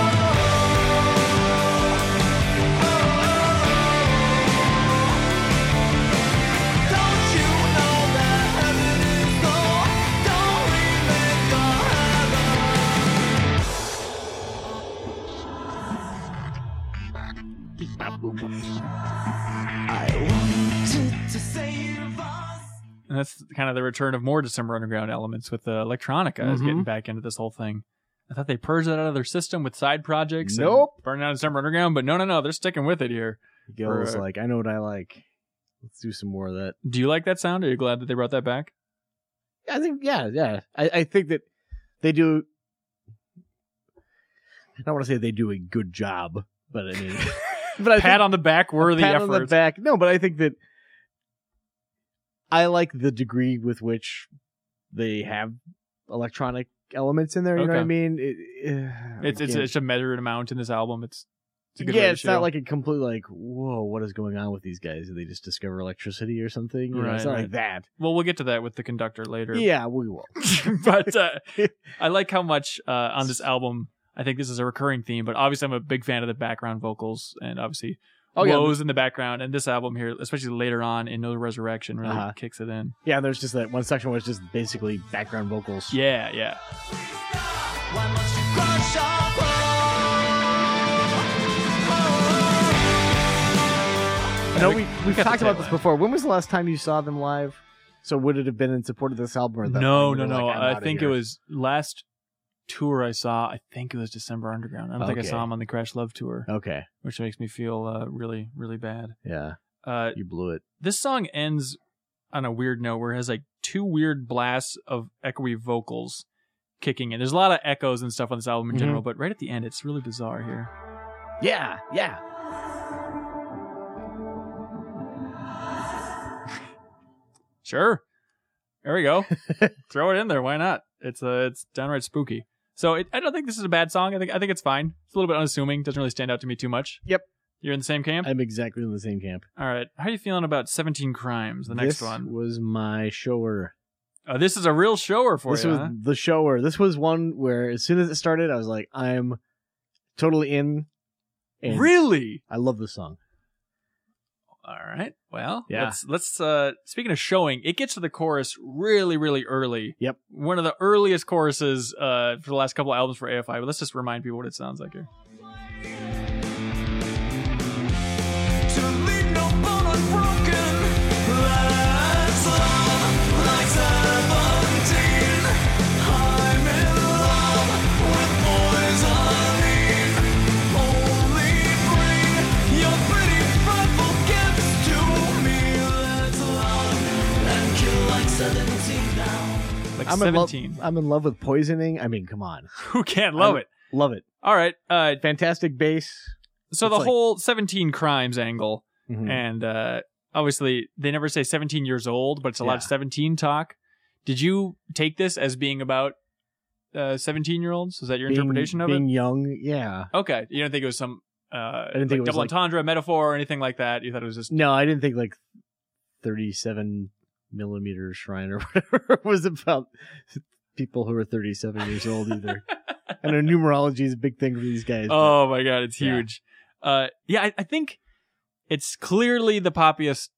C: Don't you know that heaven is gold? Don't we make our heaven? I wanted to save us.
A: and that's kind of the return of more december underground elements with the electronica is
B: Mhm.
A: getting back into this whole thing i thought they purged that out of their system with side projects and
B: Nope.
A: burning out december underground but no no no they're sticking with it here
B: Gil was
A: Or-
B: like, I know what I like. Let's do some more of that.
A: Do you like that sound? Are you glad that they brought that back?
B: I think, yeah, yeah. I, I think that they do. I don't want to say they do a good job, but I mean, but I
A: pat
B: think,
A: on the back, worthy
B: pat
A: effort.
B: on the back. No, but I think that I like the degree with which they have electronic elements in there. You know what I
A: Okay.
B: mean? It- eh,
A: It's it's,
B: again,
A: it's a measured amount in this album. It's, it's a good way
B: yeah,
A: to
B: it's
A: show.
B: not like a complete like, whoa, what is going on with these guys? Did they just discover electricity or something? You know, it's
A: Right,
B: not
A: right.
B: like that.
A: well, we'll get to that with the conductor later.
B: Yeah, we will.
A: but uh, I like how much uh, on this album. I think this is a recurring theme, but obviously I'm a big fan of the background vocals and obviously
B: Oh yeah,
A: woes in the background. And this album here, especially later on in No Resurrection, really
B: Uh-huh.
A: kicks it in.
B: Yeah, there's just that one section where it's just basically background vocals.
A: Yeah, yeah.
C: Why must you crush our bones?
B: I know we, we've
A: got the
B: talked
A: tail
B: about this
A: end.
B: before. When was the last time you saw them live? So would it have been in support of this album? Or that
A: No,
B: you
A: no,
B: were
A: no.
B: like, "I'm
A: I
B: outta
A: think it
B: here."
A: was last tour I saw. I think it was December Underground. I don't think
B: Okay. Oh.
A: I saw him on the Crash Love tour,
B: Okay.
A: which makes me feel uh, really, really bad.
B: Yeah,
A: Uh,
B: you blew it.
A: this song ends on a weird note where it has like two weird blasts of echoey vocals kicking in. There's a lot of echoes and stuff on this album in
B: Mhm.
A: general, but right at the end, it's really bizarre here.
B: Yeah, yeah.
A: Sure, there we go. Throw it in there. Why not? It's uh, it's downright spooky. So it, I don't think this is a bad song. I think I think it's fine. It's a little bit unassuming. Doesn't really stand out to me too much.
B: Yep.
A: You're in the same camp.
B: I'm exactly in the same camp.
A: All right. How are you feeling about 17 Crimes? The next
B: this
A: one.
B: was my shower.
A: Uh, this is a real shower for
B: this
A: you.
B: was
A: huh?
B: the shower. This was one where as soon as it started, I was like, I'm totally in. And
A: Really?
B: I love this song.
A: All right. Well,
B: Yeah.
A: let's let's uh speaking of showing, it gets to the chorus really really early.
B: Yep.
A: One of the earliest choruses uh for the last couple albums for AFI, but let's just remind people what it sounds like here.
C: To leave no bone unbroken. Let's love like seventeen. I'm in love with poisoning. Only bring your pretty frightful gifts to me. Let's love and kill like seventeen now.
A: Like
B: I'm in, love.
A: 17.
B: I'm in love with poisoning. I mean, come on.
A: Who can't love
B: I'm-
A: it?
B: Love it.
A: All right. Uh
B: Fantastic bass.
A: so
B: It's
A: the
B: like-
A: whole 17 crimes angle
B: Mhm.
A: and uh obviously they never say 17 years old, but it's a lot of
B: Yeah.
A: 17 talk. Did you take this as being about uh 17 year olds? Is that your
B: Being-
A: interpretation of it?
B: being young, yeah.
A: Okay, you don't think it was some uh,
B: didn't
A: like
B: think it was
A: double
B: like-
A: entendre metaphor or anything like that. You thought it was just
B: No, I didn't think like 37 millimeter shrine or whatever was about people who are 37 years old either. I know numerology is a big thing for these guys. but
A: oh my god, it's
B: Yeah.
A: huge. Uh, yeah, I, I think it's clearly the poppiest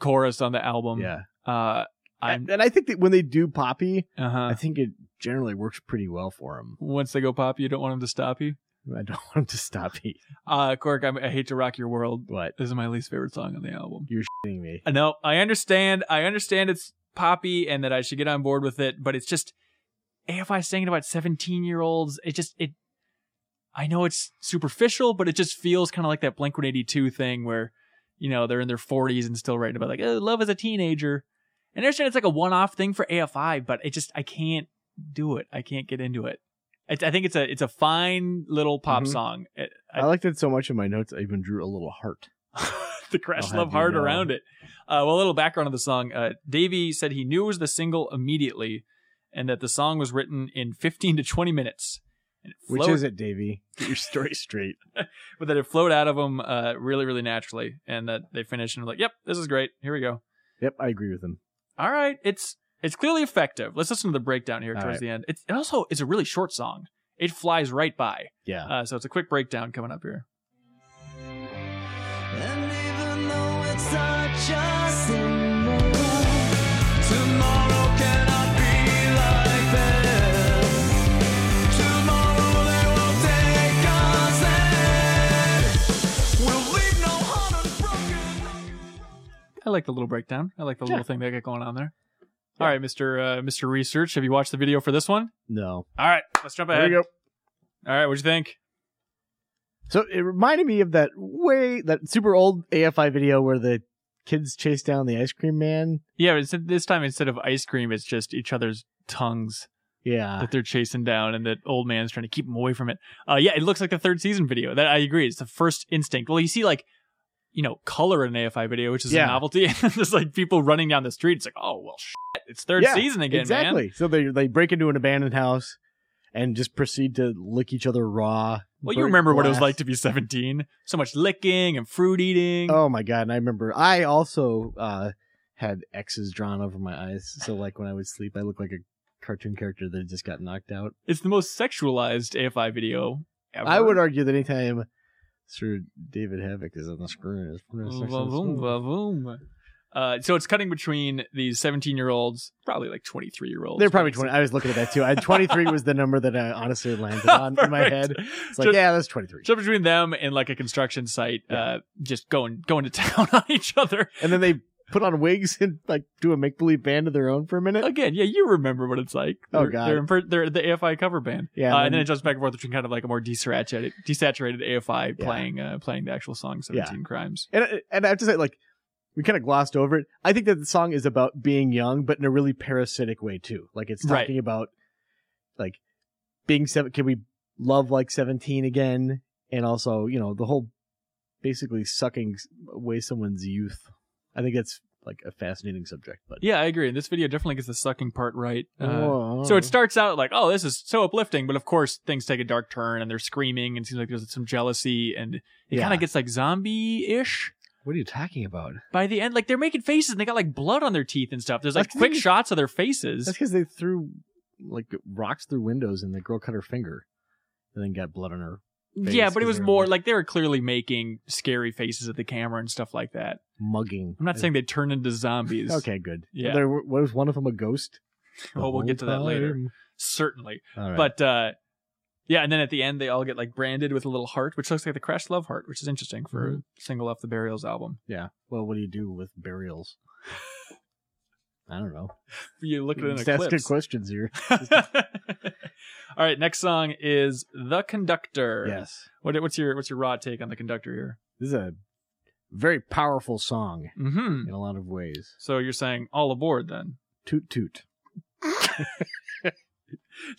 A: chorus on the album.
B: yeah.
A: uh, I'm
B: And, and I think that when they do Poppy, I
A: uh
B: think it generally works pretty well for them.
A: once they go pop, you don't want them to stop you.
B: I don't want them to stop me.
A: Uh, Cork, I'm, I hate to rock your world.
B: What?
A: This is my least favorite song on the album.
B: You're shitting me.
A: Uh, No, I understand. I understand it's poppy and that I should get on board with it, but it's just AFI singing about 17 year olds. It just, it, I know it's superficial, but it just feels kind of like that Blink 182 thing where, you know, they're in their 40s and still writing about like, oh, love as a teenager. And I understand it's like a one off thing for AFI, but it just, I can't do it. I can't get into it. It's, I think it's a it's a fine little pop
B: Mhm.
A: song. It,
B: I, liked it so much in my notes, I even drew a little heart.
A: the crash
B: I'll
A: love
B: have you
A: hard
B: know.
A: around it. Uh, well, a little background on the song. Uh, Davey said he knew it was the single immediately, and that the song was written in 15 to 20 minutes. And it
B: Which
A: flowed,
B: is it, Davey? Get your story straight.
A: But that it flowed out of him uh, really, really naturally, and that they finished and were like, "Yep, this is great. Here we go.
B: Yep, I agree with him.
A: All right, it's it's clearly effective. Let's listen to the breakdown here
B: All
A: towards
B: right.
A: the end. It's, it also is a really short song. It flies right by.
B: Yeah.
A: Uh, so it's a quick breakdown coming up here.
C: And even though it's such a symbol, tomorrow cannot be like this. Tomorrow they will take us in. We'll leave no heart unbroken.
A: I like the little breakdown. I like the
B: Yeah.
A: little thing they got going on there. All right, Mr. Uh, Mr. Research, have you watched the video for this one?
B: no.
A: All right, let's jump
B: There
A: ahead.
B: you go.
A: All right, what'd you think?
B: So it reminded me of that way that super old AFI video where the kids chase down the ice cream man.
A: Yeah, but instead- this time instead of ice cream, it's just each other's tongues
B: Yeah.
A: that they're chasing down, and that old man's trying to keep them away from it. Uh, yeah, it looks like the third season video. That I agree. It's the first instinct. Well, you see, like, you know, color in an AFI video, which is
B: Yeah.
A: a novelty, and there's like people running down the street. It's like, oh well, shit, it's third
B: Yeah,
A: season again,
B: exactly.
A: man.
B: So they they break into an abandoned house and just proceed to lick each other raw.
A: Well, you
B: break
A: remember what it was
B: glass.
A: like to be 17. So much licking and fruit eating.
B: Oh my god! And I remember I also uh, had X's drawn over my eyes. So like when I would sleep, I looked like a cartoon character that just got knocked out.
A: It's the most sexualized AFI video ever.
B: I would argue that anytime Sir David Havoc is on the screen, it's pretty
A: Vroom,
B: sexy as
A: vroom,
B: well.
A: vroom. Uh, so it's cutting between these 17 year olds, probably like 23 year olds.
B: they're probably twenty. I was looking at that too. I twenty three was the number that I honestly landed on in my head. It's like
A: just,
B: yeah, that's twenty three.
A: just between them and like a construction site, uh, just going going to town on each other.
B: And then they put on wigs and like do a make believe band of their own for a minute.
A: Again, yeah, you remember what it's like.
B: Oh,
A: They're-
B: God.
A: they're, in per- they're the AFI cover band.
B: Yeah,
A: uh,
B: and
A: and
B: then-
A: then it jumps back and forth between kind of like a more desaturated, desaturated AFI
B: Yeah.
A: playing uh, playing the actual song
B: Yeah.
A: 17 Crimes.
B: And and I have to say, like, we kind of glossed over it. I think that the song is about being young, but in a really parasitic way too. Like it's
A: Right.
B: talking about like being seven. Can we love like seventeen again? And also, you know, the whole basically sucking s- away someone's youth. I think that's like a fascinating subject. But
A: Yeah, I agree. And this video definitely gets the sucking part right. Uh,
B: Oh.
A: So it starts out like, oh, this is so uplifting, but of course things take a dark turn and they're screaming and it seems like there's some jealousy and it
B: Yeah.
A: kind of gets like zombie-ish
B: What are you talking about?
A: by the end. Like they're making faces and they got like blood on their teeth and stuff. There's like
B: That's the
A: quick
B: thing.
A: shots of their faces.
B: That's because they threw like rocks through windows, and the girl cut her finger, and then got blood on her. face
A: yeah, but it
B: 'cause
A: was
B: they're
A: more like they were clearly making scary faces at the camera and stuff like that.
B: Mugging.
A: I'm not saying they turned into zombies.
B: Okay, good.
A: Yeah.
B: There were- was one of them a ghost. The
A: Oh, we'll get to
B: whole
A: that later.
B: time?
A: Certainly.
B: All right.
A: But uh yeah, and then at the end they all get like branded with a little heart, which looks like the Crash Love Heart, which is interesting for
B: Mm-hmm.
A: a single off the Burials album.
B: yeah. Well, what do you do with burials? I don't know.
A: You look at an
B: Just
A: eclipse.
B: ask good questions here.
A: All right, next song is "The Conductor."
B: Yes,
A: What, what's your what's your raw take on the conductor here?
B: this is a very powerful song
A: Mm-hmm.
B: in a lot of ways.
A: So you're saying all aboard then?
B: Toot toot.
A: Did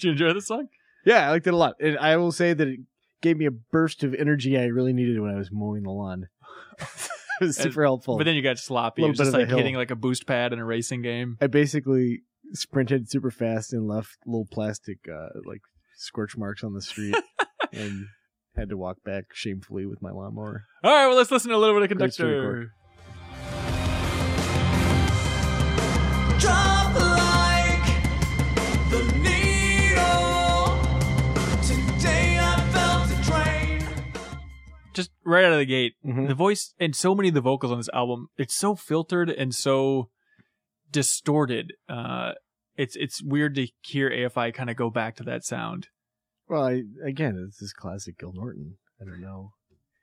A: you enjoy this song?
B: Yeah, I liked it a lot, and I will say that it gave me a burst of energy I really needed when I was mowing the lawn. it was
A: And-
B: super helpful.
A: But then you got sloppy. It
B: Little
A: was
B: bit
A: just
B: of a
A: like
B: hill.
A: hitting like a boost pad in a racing game.
B: I basically sprinted super fast and left little plastic uh, like scorch marks on the street and had to walk back shamefully with my lawnmower.
A: All right, well let's listen to a little bit of
B: Great story,
A: conductor.
C: Drop like the needle. Today I felt the train.
A: Just right out of the gate,
B: Mhm.
A: the voice and so many of the vocals on this album, it's so filtered and so distorted. Uh, it's it's weird to hear AFI kind of go back to that sound.
B: Well, I, again, this is classic Gil Norton. I don't know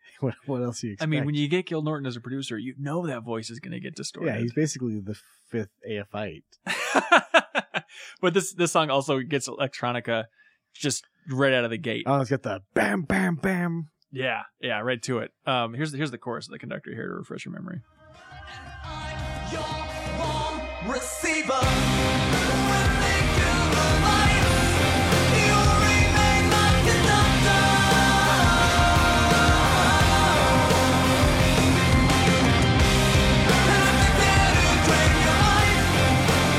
B: what what else you
A: I
B: expect.
A: mean, when you get Gil Norton as a producer, you know that voice is going to get
B: yeah,
A: distorted.
B: he's basically the fifth AFite.
A: but this this song also gets electronica just right out of the gate.
B: Oh, it's got the bam, bam, bam.
A: yeah, yeah, right to it. Um, here's here's the chorus of the conductor here to refresh your memory.
C: I'm your warm receiver. When they do the lights, you remain my conductor. And if they dare to drain your life,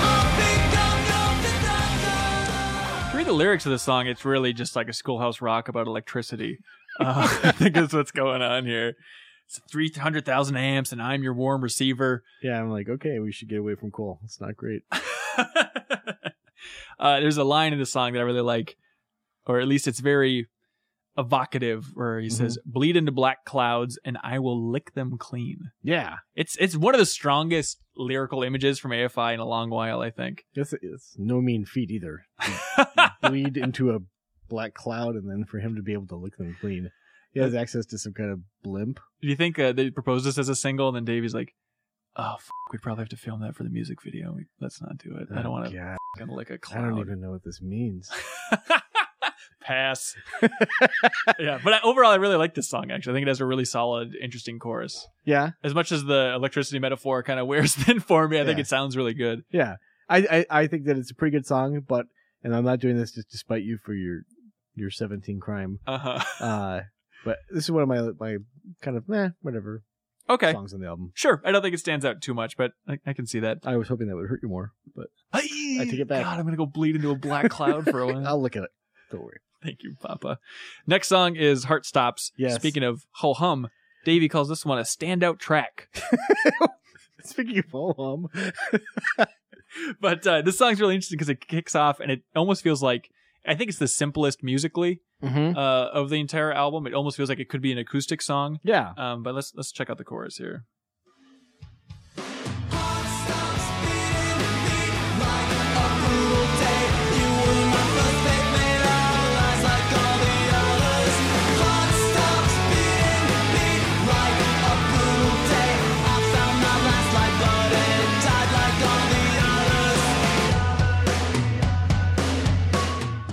C: I'll become your conductor.
A: If you read the lyrics of this song, it's really just like a schoolhouse rock about electricity. Uh, I think that's what's going on here. It's 300,000 amps, and I'm your warm receiver.
B: Yeah, I'm like, okay, we should get away from coal. It's not great.
A: uh, there's a line in the song that I really like, or at least it's very evocative, where he says, "Bleed into black clouds, and I will lick them clean."
B: Yeah,
A: It's it's one of the strongest lyrical images from AFI in a long while, I think.
B: it's, it's no mean feat either.
A: Mm-hmm.
B: bleed into a black cloud and then for him to be able to lick them clean. He has access to some kind of blimp.
A: Do you think uh, they proposed this as a single, and then Davey's like, "Oh, f- we probably have to film that for the music video. We, let's not do it. Oh, I don't want to
B: God,
A: lick a
B: I don't
A: cloud."
B: even know what this means.
A: Pass. yeah, but I, overall, I really like this song. Actually, I think it has a really solid, interesting chorus.
B: Yeah,
A: As much as the electricity metaphor kind of wears thin for me, I think
B: Yeah.
A: it sounds really good.
B: yeah. I, I I think that it's a pretty good song, but and I'm not doing this just despite you for your your 17 crime.
A: Uh huh.
B: Uh, but this is one of my my kind of eh, whatever
A: Okay.
B: songs on the album.
A: Sure. I don't think it stands out too much, but I, I can see that.
B: I was hoping that would hurt you more, but
A: I
B: take it back.
A: God, I'm gonna go bleed into a black cloud for a while.
B: I'll look at it. Don't worry.
A: Thank you, Papa. Next song is Heart Stops.
B: Yes.
A: Speaking of ho hum, Davey calls this one a standout track.
B: Speaking of home,
A: but uh, this song's really interesting because it kicks off and it almost feels like I think it's the simplest musically
B: mm-hmm.
A: uh, of the entire album. It almost feels like it could be an acoustic song.
B: yeah,
A: Um, but let's let's check out the chorus here.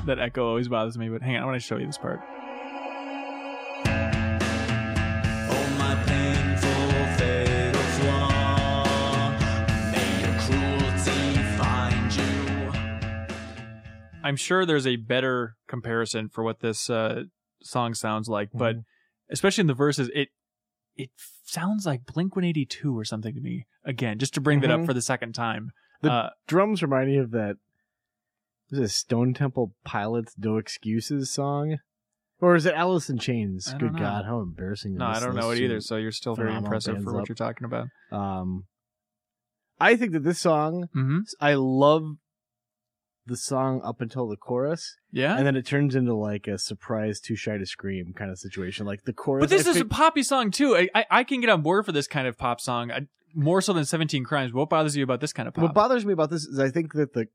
A: That echo always bothers me. But hang on, I want to show you this part. I'm sure there's a better comparison for what this uh, song sounds like, but
B: Mm-hmm.
A: especially in the verses, it it sounds like Blink 182 or something to me. Again, just to bring that up
B: Mhm.
A: for the second time.
B: The-
A: uh,
B: drums remind me of that. Is it Stone Temple Pilots "No Excuses" song, or is it Alice in Chains?
A: I don't
B: Good
A: know.
B: God, how embarrassing!
A: no,
B: is
A: I don't
B: those
A: know it
B: two-
A: either. So you're still very
B: phenomenal
A: impressive for
B: bands
A: what
B: up.
A: you're talking about.
B: Um, I think that this song,
A: Mm-hmm.
B: I love the song up until the chorus,
A: Yeah.
B: and then it turns into like a surprise, too shy to scream kind of situation. Like the chorus,
A: But this
B: I
A: is a
B: think-
A: poppy song too. I, I I can get on board for this kind of pop song. I, more so than 17 Crimes. What bothers you about this kind of pop?
B: What bothers me about this is I think that the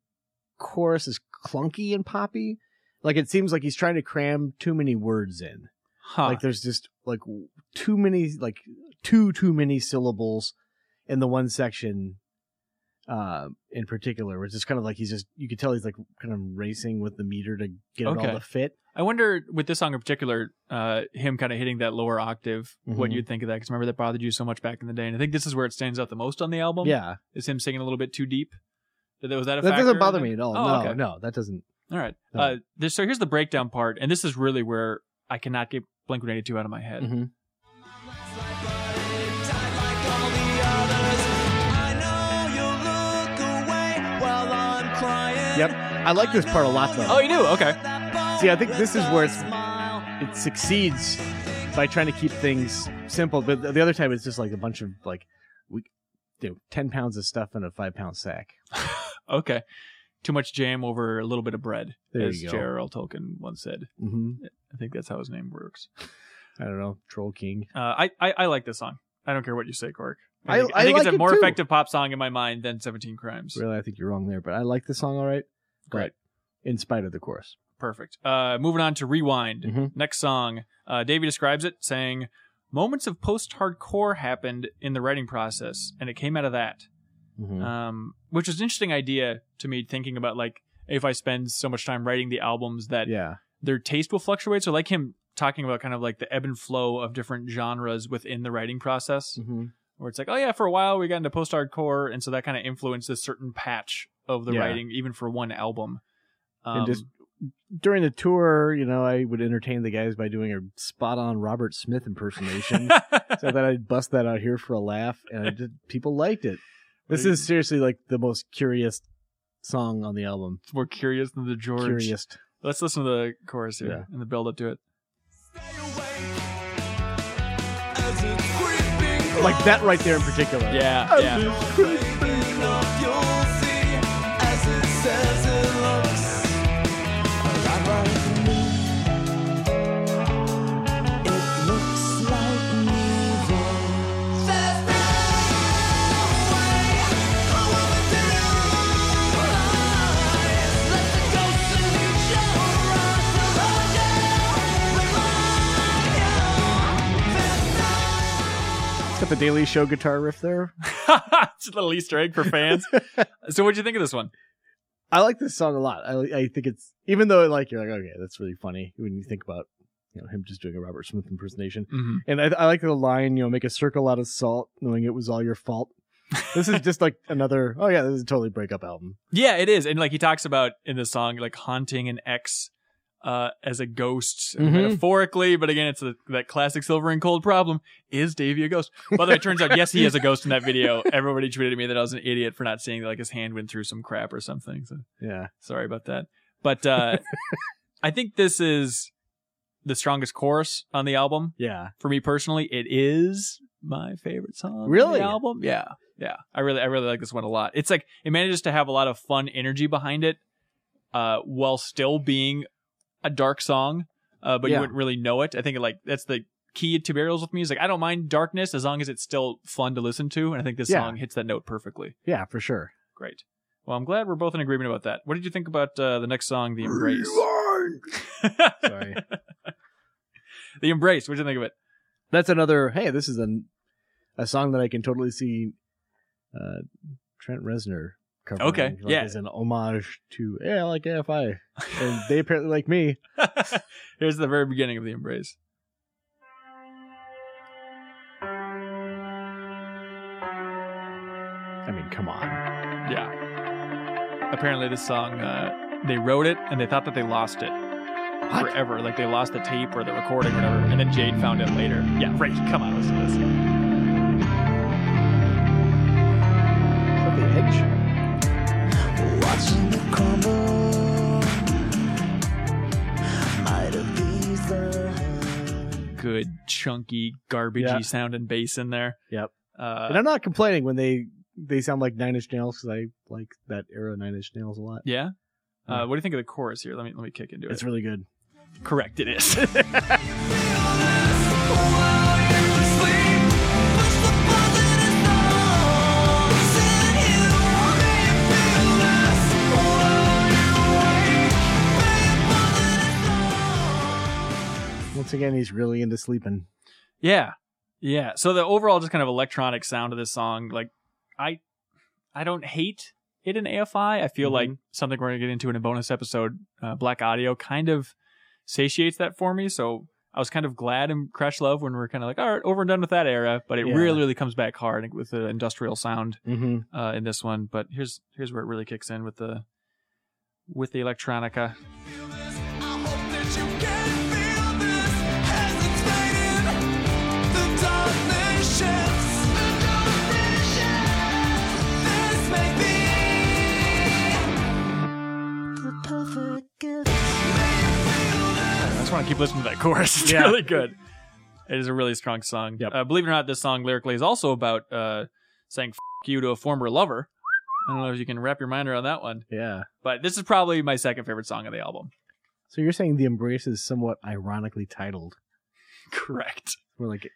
B: chorus is clunky and poppy. Like it seems like he's trying to cram too many words in.
A: huh.
B: Like there's just like w- too many like too too many syllables in the one section uh in particular where it's just kind of like he's just you could tell he's like kind of racing with the meter to get it
A: Okay.
B: all to fit.
A: I wonder with this song in particular, uh, him kind of hitting that lower octave, what
B: Mhm.
A: you'd think of that. Because remember that bothered you so much back in the day, and I think this is where it stands out the most on the album.
B: yeah.
A: is him singing a little bit too deep. Did That was that. A
B: That doesn't
A: factor?
B: bother me at all.
A: Oh,
B: no,
A: okay.
B: no, that doesn't
A: All right.
B: No.
A: Uh, this, so here's the breakdown part, and this is really where I cannot get Blink 182 out of my head.
B: Mhm. Yep. I like this part a lot though.
A: Oh, you do? Okay.
B: See, I think this is where it's, it succeeds by trying to keep things simple. But the other time, it's just like a bunch of like we, you know, ten pounds of stuff in a five pound sack.
A: Okay. Too much jam over a little bit of bread,
B: Mm-hmm. There
A: as
B: you go.
A: J.R.R. Tolkien once said.
B: hmm
A: I think that's how his name works.
B: I don't know, troll king.
A: Uh, I, I I like this song. I don't care what you say, Cork.
B: I-
A: think,
B: I
A: think it's
B: like
A: a
B: it
A: more
B: too.
A: effective pop song in my mind than 17 Crimes.
B: Really, I think you're wrong there, but I like this song all right. but
A: Great.
B: In spite of the chorus.
A: Perfect. Uh, moving on to Rewind.
B: Mhm.
A: Next song. Uh, Davey describes it saying, Moments of post hardcore happened in the writing process, and it came out of that.
B: Mhm.
A: Um, which is an interesting idea to me, thinking about like if I spend so much time writing the albums that
B: yeah.
A: their taste will fluctuate. So, like him talking about kind of like the ebb and flow of different genres within the writing process,
B: Mhm.
A: where it's like, oh yeah, for a while we got into post hardcore, and so that kind of influenced a certain patch of the
B: Yeah.
A: writing, even for one album. Um,
B: and just during the tour, you know, I would entertain the guys by doing a spot on Robert Smith impersonation. so that I'd bust that out here for a laugh, and I just people liked it. This is seriously like the most curious song on the album.
A: more curious than the George.
B: Curious.
A: Let's listen to the chorus here
B: Yeah.
A: and the build up to it.
B: Like that right there in particular.
A: Yeah, yeah.
B: It's got the Daily Show guitar riff there.
A: it's a little Easter egg for fans. so, what'd you think of this one?
B: I like this song a lot. I I think it's even though like you're like okay, that's really funny when you think about you know him just doing a Robert Smith impersonation.
A: Mhm.
B: And I, I like the line, you know, make a circle out of salt, knowing it was all your fault. This is just like another. Oh yeah, this is a totally breakup album.
A: Yeah, it is. And like he talks about in the song, like haunting an ex uh, as a ghost
B: Mhm.
A: metaphorically. But again, it's a, that classic silver and cold problem. Is Davey a ghost? By the way, it turns out, yes, he is a ghost in that video. Everybody tweeted me that I was an idiot for not seeing like his hand went through some crap or something. So
B: Yeah,
A: sorry about that. But uh, I think this is the strongest chorus on the album
B: yeah.
A: for me personally, it is my favorite song. on
B: Really?
A: the album? Yeah, yeah. I really, I really like this one a lot. It's like it manages to have a lot of fun energy behind it, uh, while still being a dark song, uh, but
B: Yeah.
A: you wouldn't really know it. I think like that's the key to burials with me is like I don't mind darkness as long as it's still fun to listen to, and I think this
B: Yeah.
A: song hits that note perfectly.
B: Yeah, for sure.
A: Great. Well, I'm glad we're both in agreement about that. What did you think about uh, the next song, The Embrace?
B: Sorry.
A: the Embrace. What did you think of it?
B: That's another. Hey, this is a a song that I can totally see uh, Trent Reznor covering.
A: Okay,
B: like,
A: yeah.
B: as an homage to yeah, I like AFI, and they apparently like me.
A: Here's the very beginning of the embrace.
B: I mean, come on.
A: Yeah. Apparently, this song uh, they wrote it and they thought that they lost it
B: What?
A: forever. Like they lost the tape or the recording, or whatever. And then Jade found it later. Yeah, right. Come on, listen to this.
B: Is that the Edge?
C: Watching you crumble might have eased the
A: Good chunky garbagey
B: Yeah.
A: sound and bass in there.
B: Yep. and
A: Uh,
B: I'm not complaining when they they sound like Nine Inch Nails because I like that era Nine Inch Nails a lot.
A: yeah. Uh, what do you think of the chorus here? Let me let me kick into it.
B: It's really good.
A: Correct, it is.
B: Once again, he's really into sleeping.
A: Yeah. Yeah. So the overall just kind of electronic sound of this song, like I I don't hate it in AFI. I feel like something we're gonna get into in a bonus episode, uh, Black Audio kind of satiates that for me. So I was kind of glad in Crash Love when we are kind of like, all right, over and done with that era, but it
B: Yeah.
A: really, really comes back hard with the industrial sound
B: Mm-hmm.
A: uh, in this one. But here's here's where it really kicks in with the with the electronica. I just want to keep listening to that chorus. It's
B: Yeah.
A: really good. It is a really strong song.
B: Yep.
A: Uh, believe it or not, this song lyrically is also about uh, saying F- you to a former lover. I don't know if you can wrap your mind around that one,
B: Yeah.
A: but this is probably my second favorite song of the album.
B: So you're saying the embrace is somewhat ironically titled.
A: Correct.
B: We're like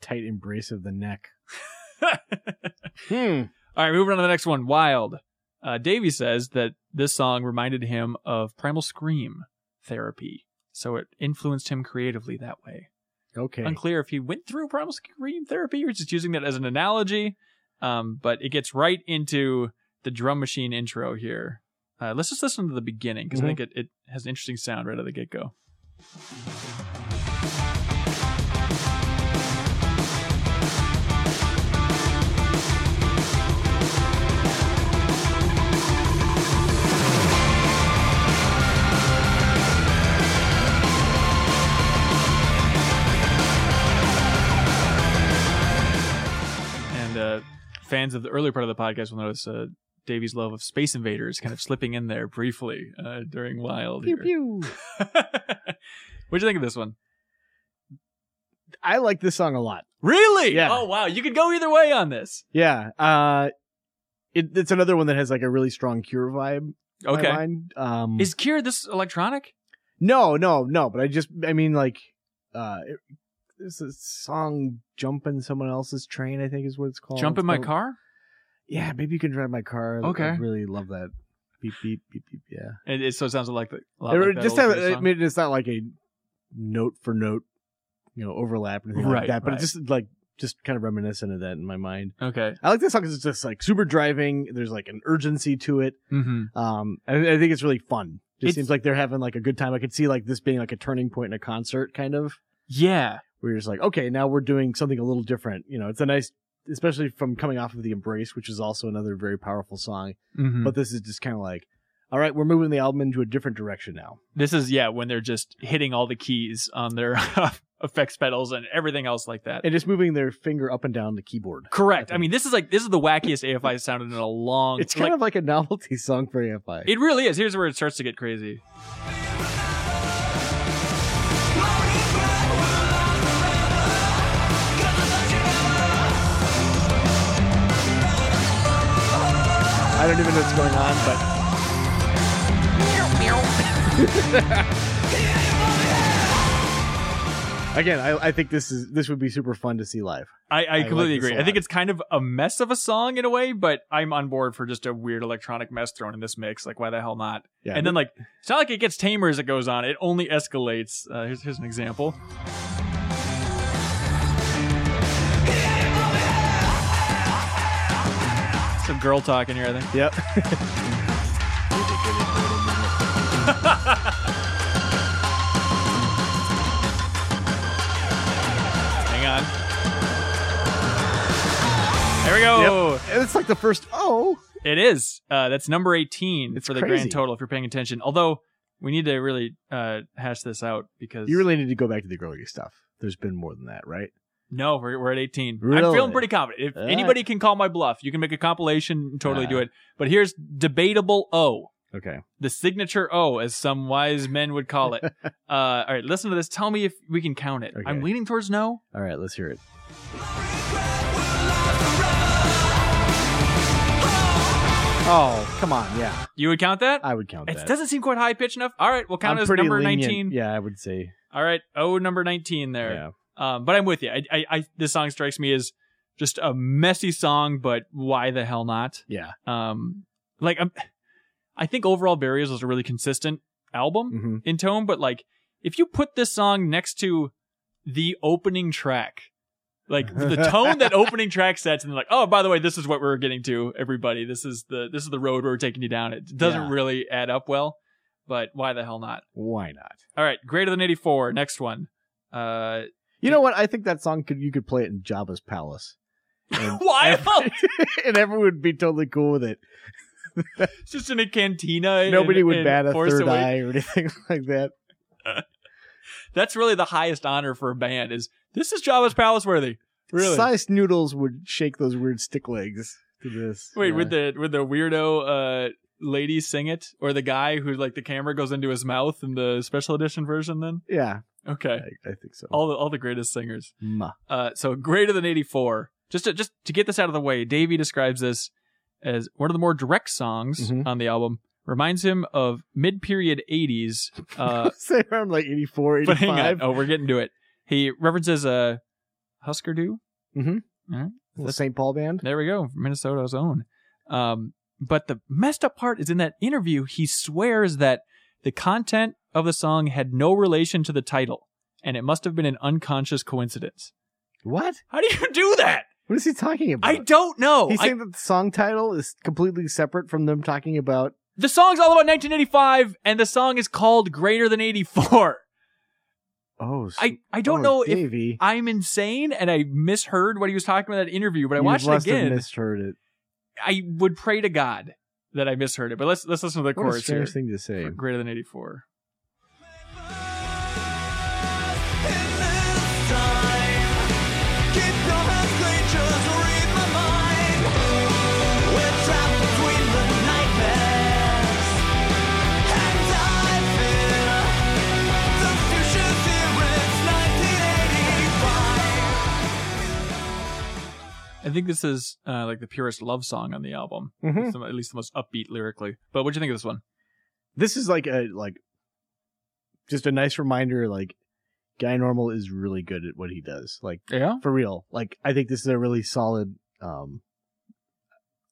B: tight embrace of the neck.
A: All
B: Hmm.
A: right, moving on to the next one Wild. Uh, Davey says that this song reminded him of Primal Scream therapy. So it influenced him creatively that way.
B: Okay.
A: Unclear if he went through primal scream therapy or just using that as an analogy. Um, but it gets right into the drum machine intro here. Uh, let's just listen to the beginning because
B: Mhm.
A: I think it, it has an interesting sound right out of the get go. And uh, fans of the earlier part of the podcast will notice uh, Davey's love of Space Invaders kind of slipping in there briefly uh, during Wild.
B: Pew
A: here.
B: pew.
A: What'd you think of this one?
B: I like this song a lot.
A: Really?
B: Yeah.
A: Oh wow, you could go either way on this.
B: Yeah. Uh, it, it's another one that has like a really strong Cure vibe. in my
A: Okay.
B: mind. Um,
A: Is Cure this electronic?
B: No, no, no. But I just, I mean, like, uh, it, there's a song "Jumping Someone Else's Train," I think is what it's called.
A: Jump in
B: It's
A: my
B: called-
A: car?
B: Yeah, maybe you can drive my car. I- I
A: Okay.
B: really love that. Beep beep beep beep. Yeah.
A: It, it so it sounds like the, a lot
B: It-
A: like that
B: just
A: old
B: have,
A: Cure
B: I
A: song.
B: mean, it's not like a note for note, you know, overlap or anything
A: Right,
B: like that. But
A: right.
B: it's just like just kind of reminiscent of that in my mind.
A: Okay.
B: I like this song because it's just like super driving. There's like an urgency to it.
A: hmm
B: Um, I, I think it's really fun. Just
A: It's-
B: seems like they're having like a good time. I could see like this being like a turning point in a concert, kind of
A: Yeah.
B: where you're just like, okay, now we're doing something a little different. You know, it's a nice, especially from coming off of the embrace, which is also another very powerful song.
A: hmm
B: But this is just kind of like, all right, we're moving the album into a different direction now.
A: this is yeah when they're just hitting all the keys on their effects pedals and everything else like that.
B: and just moving their finger up and down the keyboard.
A: Correct. I mean, this is like this is the wackiest AFI has sounded in a long.
B: It's kind
A: like-
B: of like a novelty song for AFI.
A: It really is. Here's where it starts to get crazy.
B: I don't even know what's going on, but again, I, I think this is this would be super fun to see live.
A: I, I
B: like
A: completely
B: this a
A: agree. I
B: lot.
A: think it's kind of a mess of a song in a way, but I'm on board for just a weird electronic mess thrown in this mix. Like, why the hell not?
B: Yeah.
A: And then like, it's not like it gets tamer as it goes on. It only escalates. Uh, here's here's an example. Some girl talk in here, I think.
B: Yep.
A: Hang on. There we go.
B: And it's like the first oh.
A: It is. Uh, that's number 18
B: It's
A: for the
B: crazy.
A: grand total if you're paying attention. Although, we need to really uh, hash this out because.
B: You really need to go back to the girly stuff. There's been more than that, right?
A: No, we're, we're at 18. I'm
B: Really?
A: feeling pretty confident. If
B: All right.
A: anybody can call my bluff, you can make a compilation and totally
B: Yeah.
A: do it. But here's debatable O,
B: Okay.
A: the signature O, as some wise men would call it. uh, all right, listen to this. Tell me if we can count it. I'm
B: Okay.
A: leaning towards no.
B: All right, let's hear it. Oh, come on, yeah.
A: You would count that?
B: I would count
A: it
B: that.
A: doesn't seem quite high pitched enough. All right, we'll count
B: I'm
A: it as
B: pretty
A: number
B: lenient.
A: 19.
B: Yeah, I would say.
A: All right, O number 19 there.
B: Yeah.
A: Um, but I'm with you. I, I, I, this song strikes me as just a messy song, but why the hell not?
B: Yeah.
A: Um, like I'm, I think overall Barriers was a really consistent album
B: hmm
A: in tone, but like if you put this song next to the opening track, like the tone that opening track sets, and like, oh, by the way, this is what we're getting to, everybody. This is the this is the road we're taking you down. It doesn't
B: Yeah.
A: really add up well, but why the hell not?
B: Why not?
A: All right, greater than eighty four. Next one. Uh,
B: You know what? I think that song could you could play it in Jabba's palace, and,
A: why?
B: every- and everyone would be totally cool with it.
A: It's just in a cantina. in-
B: Nobody would
A: in
B: bat a
A: Force
B: third
A: Awak-
B: eye or anything like that.
A: That's really the highest honor for a band. Is this is Java's Palace worthy? Really?
B: sliced noodles would shake those weird stick legs to this.
A: Wait,
B: yeah.
A: would the would the weirdo uh, lady sing it, or the guy who like the camera goes into his mouth in the special edition version? Then
B: yeah, I,
A: okay,
B: I think so.
A: all the all the greatest singers.
B: Ma.
A: Uh, so greater than eighty four. Just to, just to get this out of the way, Davey describes this as one of the more direct songs
B: Mhm.
A: on the album. Reminds him of mid period eighties. Uh,
B: Say around like 84,
A: but hang on.
B: 85.
A: Oh, we're getting to it. He references uh, Husker Du.
B: the St. Paul band.
A: There we go, Minnesota's own. Um, but the messed up part is in that interview, he swears that the content of the song had no relation to the title, and it must have been an unconscious coincidence.
B: What?
A: How do you do that?
B: What is he talking about?
A: I don't know.
B: He's
A: I-
B: saying that the song title is completely separate from them talking about.
A: the song's all about 1985, and the song is called Greater Than 84.
B: Oh, s-
A: I, I don't
B: oh,
A: know if
B: Davey.
A: I'm insane and I misheard what he was talking about in that interview, but I
B: You
A: watched it
B: must have
A: again.
B: misheard it.
A: I would pray to God that I misheard it. But let's let's listen to the
B: What a
A: chorus here.
B: strange thing to say.
A: for Greater than 84. I think this is uh, like the purest love song on the album.
B: Mhm.
A: It's the- at least the most upbeat lyrically. But what do you think of this one?
B: this is like a like just a nice reminder like guy normal is really good at what he does like
A: Yeah.
B: for real like i think this is a really solid um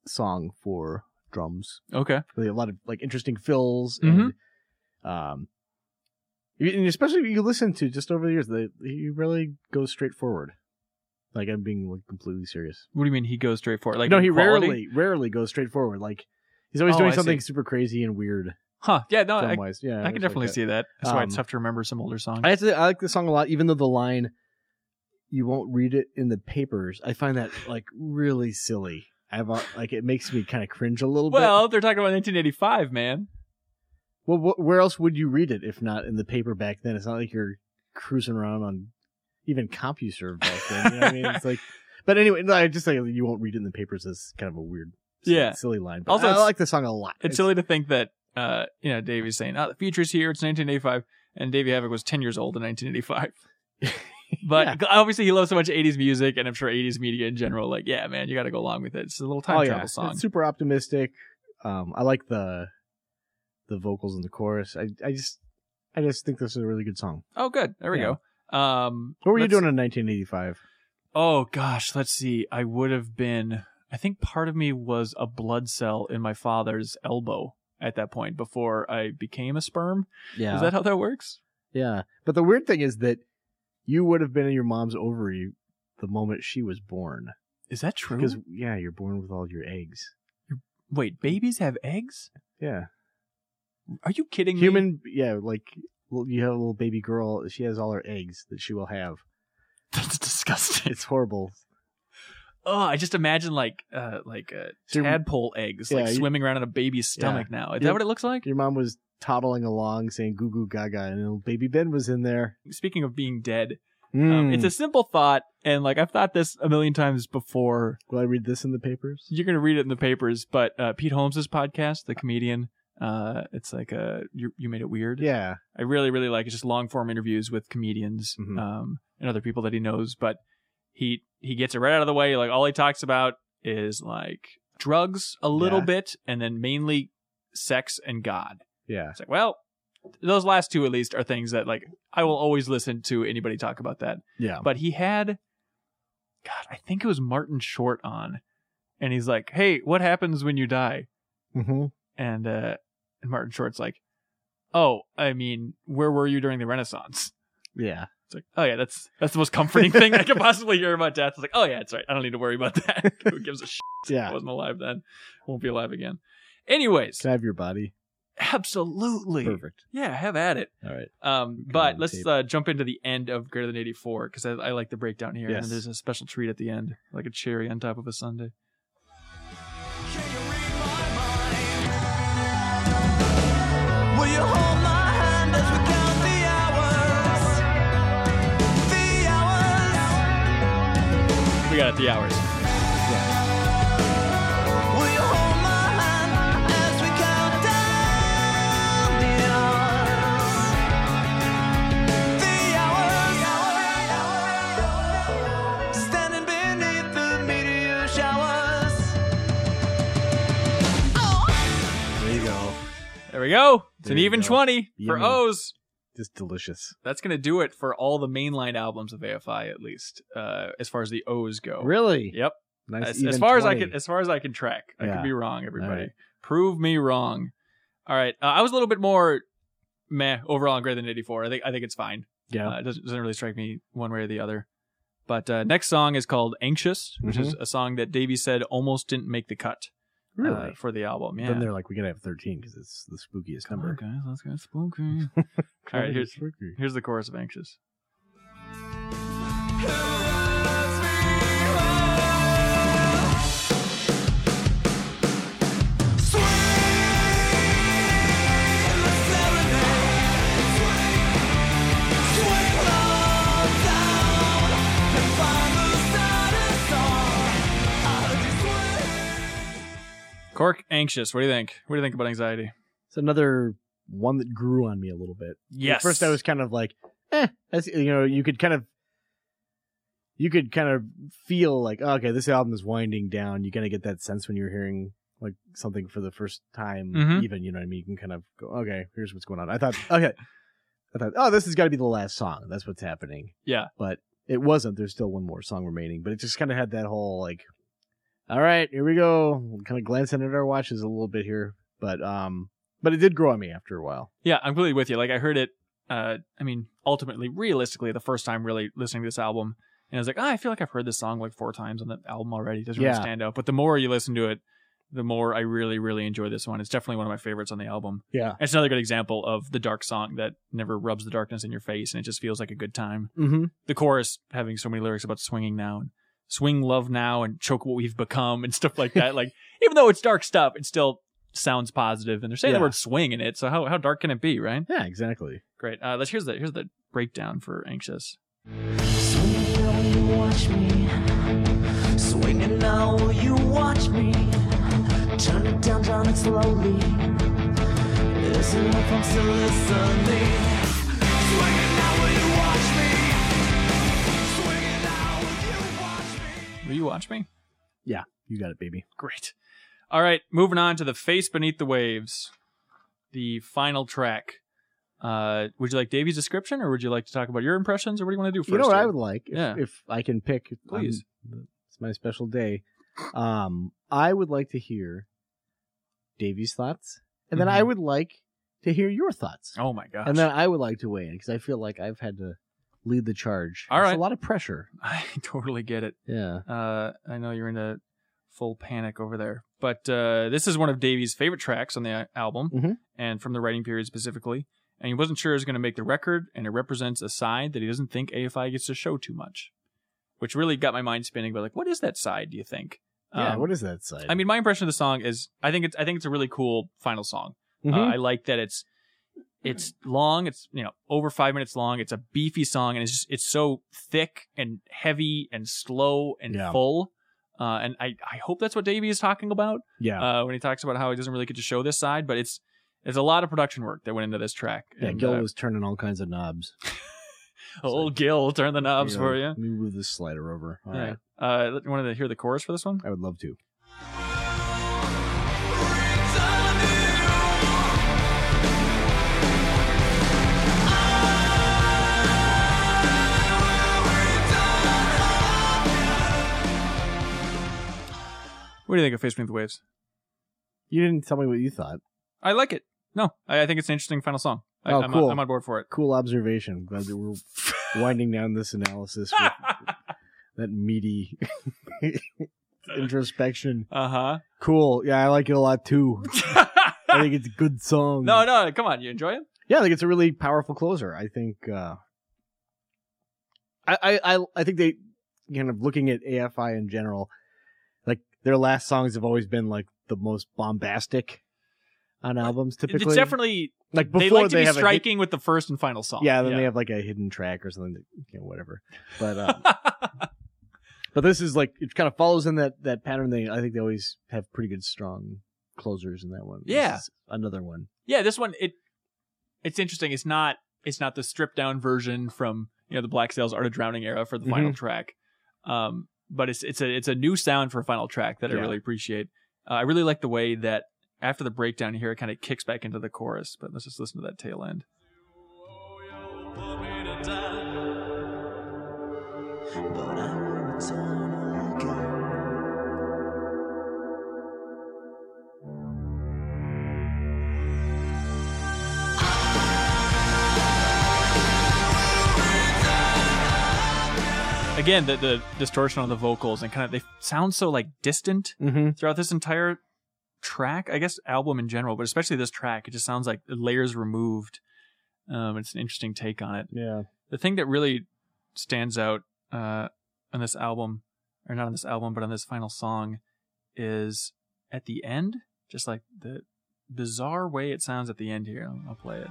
B: song for drums
A: Okay.
B: really a lot of like interesting fills
A: Mm-hmm.
B: and um you- and especially if you listen to just over the years they he really goes straight forward Like I'm being like completely serious.
A: What do you mean he goes straight for it? Like
B: no, he
A: equality?
B: rarely rarely goes straight forward. Like he's always
A: Oh,
B: doing
A: I
B: something
A: see.
B: super crazy and weird.
A: Huh? Yeah, no, I,
B: film wise, yeah,
A: I can
B: it's
A: definitely
B: like that.
A: see that. That's why it's
B: Um,
A: tough to remember some older songs.
B: I have to, I like this song a lot, even though the line "you won't read it in the papers," I find that like really silly. I've uh, like it makes me kind of cringe a little
A: well, they're talking about 1985, man.
B: bit. Well, wh- where else would you read it if not in the paper back then? It's not like you're cruising around on even CompuServe back then. You know what I mean, it's like. But anyway, no, I just like you won't read it in the papers is kind of a weird,
A: Yeah.
B: silly line. But
A: Also,
B: I
A: it's-
B: like the song a lot.
A: It's silly to think that uh, you know Davey's saying, "Oh, the feature's here. It's 1985," and Davey Havok was 10 years old in 1985. But obviously, he loves so much 80s music, and I'm sure 80s media in general. Like, yeah, man, you got to go along with it. It's a little time travel song.
B: Oh, It's super optimistic. Um, I like the the vocals in the chorus. I I just I just think this is a really good song.
A: oh, good. There we
B: Yeah.
A: go. Um,
B: What were
A: let's-
B: you doing in 1985?
A: Oh gosh, let's see. I would have been. I think part of me was a blood cell in my father's elbow at that point before I became a sperm.
B: Yeah,
A: Is that how that works?
B: yeah. But the weird thing is that you would have been in your mom's ovary the moment she was born.
A: Is that true?
B: Because yeah, you're born with all your eggs.
A: Wait, babies have eggs?
B: Yeah,
A: Are you kidding me?
B: human. Yeah, like well, you have a little baby girl. She has all her eggs that she will have.
A: That's disgusting.
B: It's horrible.
A: Oh, I just imagine like uh like uh,
B: So your-
A: tadpole eggs like
B: Yeah, you-
A: swimming around in a baby's stomach now. Is
B: Yeah.
A: that what it looks like?
B: Your mom was toddling along saying "goo goo gaga," and little baby Ben was in there.
A: Speaking of being dead, um,
B: Mm.
A: it's a simple thought and like I've thought this a million times before
B: Will I read this in the papers?
A: you're gonna read it in the papers, but uh, Pete Holmes's podcast, the comedian, uh, it's like a you, you made it weird.
B: Yeah.
A: I really really like it. just long form interviews with comedians
B: Mhm.
A: um, and other people that he knows, but he he gets it right out of the way. Like all he talks about is like drugs a little
B: Yeah.
A: bit, and then mainly sex and God.
B: Yeah.
A: It's like well. Those last two, at least, are things that like I will always listen to anybody talk about that
B: Yeah.
A: but he had god i think it was martin short on and he's like hey what happens when you die
B: Mm-hmm.
A: and uh and martin short's like oh i mean where were you during the renaissance
B: Yeah.
A: it's like oh yeah that's that's the most comforting thing i could possibly hear about death it's like oh yeah that's right i don't need to worry about that who gives a shit i
B: Yeah.
A: wasn't alive then won't be alive again anyways
B: Can I have your body?
A: absolutely
B: Perfect.
A: yeah have at it
B: All right.
A: um,
B: Got it
A: but
B: on
A: let's
B: tape.
A: uh, jump into the end of Greater Than 84 because I, I like the breakdown here.
B: Yes.
A: And there's a special treat at the end, like a cherry on top of a sundae.
C: Can you read my mind? Will you hold my hand as we count the hours? The hours.
A: We got it, the hours.
C: Will you hold my hand as we count down the hours? The hours. Standing beneath the meteor showers. Oh.
B: There you go.
A: There we go. It's
B: There
A: an
B: you
A: even
B: go.
A: 20 for
B: Yummy.
A: O's.
B: Just delicious.
A: That's going to do it for all the mainline albums of AFI, at least, uh, as far as the O's go.
B: Really?
A: Yep.
B: Nice.
A: as, as
B: even
A: far as I
B: 20.
A: can, as far as I can track, I
B: Yeah.
A: could be wrong. Everybody,
B: right.
A: prove me wrong. All right, uh, I was a little bit more meh overall on Greater Than 84. I think I think it's fine.
B: yeah.
A: Uh, it doesn't, doesn't really strike me one way or the other. But uh, next song is called Anxious, which is
B: Mm-hmm.
A: a song that Davey said almost didn't make the cut uh,
B: Really?
A: for the album. Yeah.
B: Then they're like, we gotta have thirteen because it's the spookiest
A: Come on,
B: number.
A: guys, let's get spooky. All right, here's,
B: spooky.
A: here's the chorus of Anxious.
C: Who loves me? Swing the serenade, swing low down, and find the saddest song. I heard you swing.
A: Cork Anxious. What do you think? What do you think about anxiety?
B: It's another one that grew on me a little bit.
A: Yes.
B: At first, I was kind of like, eh. That's, you know, you could kind of, you could kind of feel like, oh, okay, this album is winding down. You kind of get that sense when you're hearing like something for the first time,
A: Mhm.
B: even. You know what I mean? You can kind of go, okay, here's what's going on. I thought, okay, I thought, oh, this has got to be the last song. That's what's happening.
A: Yeah.
B: but it wasn't. There's still one more song remaining, but it just kind of had that whole like, all right, here we go. Kind of glancing at our watches a little bit here, but um, but it did grow on me after a while.
A: Yeah, I'm completely with you. Like I heard it. Uh, I mean, ultimately, realistically, the first time really listening to this album, And I was like, ah, I feel like I've heard this song like four times on the album already. It doesn't
B: Yeah.
A: really stand out. But the more you listen to it, the more I really, really enjoy this one. It's definitely one of my favorites on the album.
B: Yeah.
A: It's another good example of the dark song that never rubs the darkness in your face and it just feels like a good time.
B: Mm-hmm.
A: The chorus having so many lyrics about swinging now and swing love now and choke what we've become and stuff like that. like, even though it's dark stuff, it still sounds positive and they're saying
B: Yeah.
A: the word swing in it. So how, how dark can it be, right?
B: Yeah, exactly.
A: Great. Uh, let's here's the here's the breakdown for anxious.
C: Swinging now, will you watch me? Swinging now, will you watch me? Turn it down, drown it slowly. Listen if I'm still listening. Swinging now, will you watch me? Swinging now, will you watch me?
A: Will you watch me?
B: You got it, baby.
A: Great. All right, moving on to the face beneath the waves, the final track. Uh, would you like Davey's description, or would you like to talk about your impressions, or what do you want to do first?
B: you know what I
A: here?
B: would like if,
A: Yeah.
B: if I can pick. um,
A: Please.
B: it's my special day. Um, I would like to hear Davy's thoughts, and then I
A: Mhm.
B: would like to hear your thoughts,
A: Oh my gosh!
B: and then I would like to weigh in because I feel like I've had to lead the charge.
A: All
B: It's
A: right.
B: a lot of pressure.
A: I totally get it.
B: Yeah.
A: Uh, I know you're in a full panic over there, but uh, this is one of Davey's favorite tracks on the uh, album,
B: Mhm.
A: and from the writing period specifically. And he wasn't sure it was going to make the record, and it represents a side that he doesn't think AFI gets to show too much, which really got my mind spinning. But like, what is that side? Do you think?
B: yeah.
A: Um,
B: Uh, What is that side?
A: I mean, my impression of the song is I think it's I think it's a really cool final song.
B: Mhm.
A: Uh, I like that it's it's long. It's you know over five minutes long. It's a beefy song, and it's just it's so thick and heavy and slow and
B: Yeah.
A: full. Uh, and I, I hope that's what Davey is talking about
B: yeah.
A: uh, when he talks about how he doesn't really get to show this side, but it's it's a lot of production work that went into this track.
B: yeah.
A: And,
B: Gil
A: uh,
B: was turning all kinds of knobs.
A: old Gil, turn the knobs
B: You know,
A: for you.
B: Let me move this slider over. All right.
A: yeah. Uh, let- you wanted to hear the chorus for this one?
B: I would love to.
A: What do you think of Face Beneath the Waves?
B: You didn't tell me what you thought.
A: I like it. No, I, I think it's an interesting final song. I,
B: Oh,
A: I'm,
B: cool.
A: I'm on board for it.
B: Cool observation. Glad that we're winding down this analysis with
A: Ah!
B: that meaty introspection.
A: uh
B: Cool. Yeah, I like it a lot too. I
A: huh.
B: think it's a good song.
A: no, no, come on. You enjoy it?
B: Yeah, I think it's a really powerful closer. I think. Uh, I, I I I think they kind of looking at AFI in general, like their last songs have always been like the most bombastic on albums. Typically,
A: it's definitely
B: like before
A: they like to be
B: have a hit-
A: striking with the first and final song.
B: yeah, then they have like a hidden track or something. That, you know, whatever. But um, But this is like it kind of follows in that that pattern. They I think they always have pretty good strong closers in that one. This
A: Yeah.
B: is another one.
A: yeah, this one it it's interesting. It's not it's not the stripped down version from you know the Black Sails Art of Drowning era for the
B: Mm-hmm.
A: final track, um, but it's it's a it's a new sound for a final track that I
B: Yeah.
A: really appreciate. Uh, I really like the way that after the breakdown here, it kind of kicks back into the chorus. But let's just listen to that tail end.
C: Oh, But I will return again.
A: Again, the the distortion on the vocals and kind of they sound so like distant.
B: Mm-hmm.
A: throughout this entire track, I guess album in general, but especially this track, it just sounds like layers removed. Um, it's an interesting take on it.
B: Yeah.
A: The thing that really stands out uh, on this album, or not on this album, but on this final song, is at the end, just like the bizarre way it sounds at the end here. I'll, I'll play it.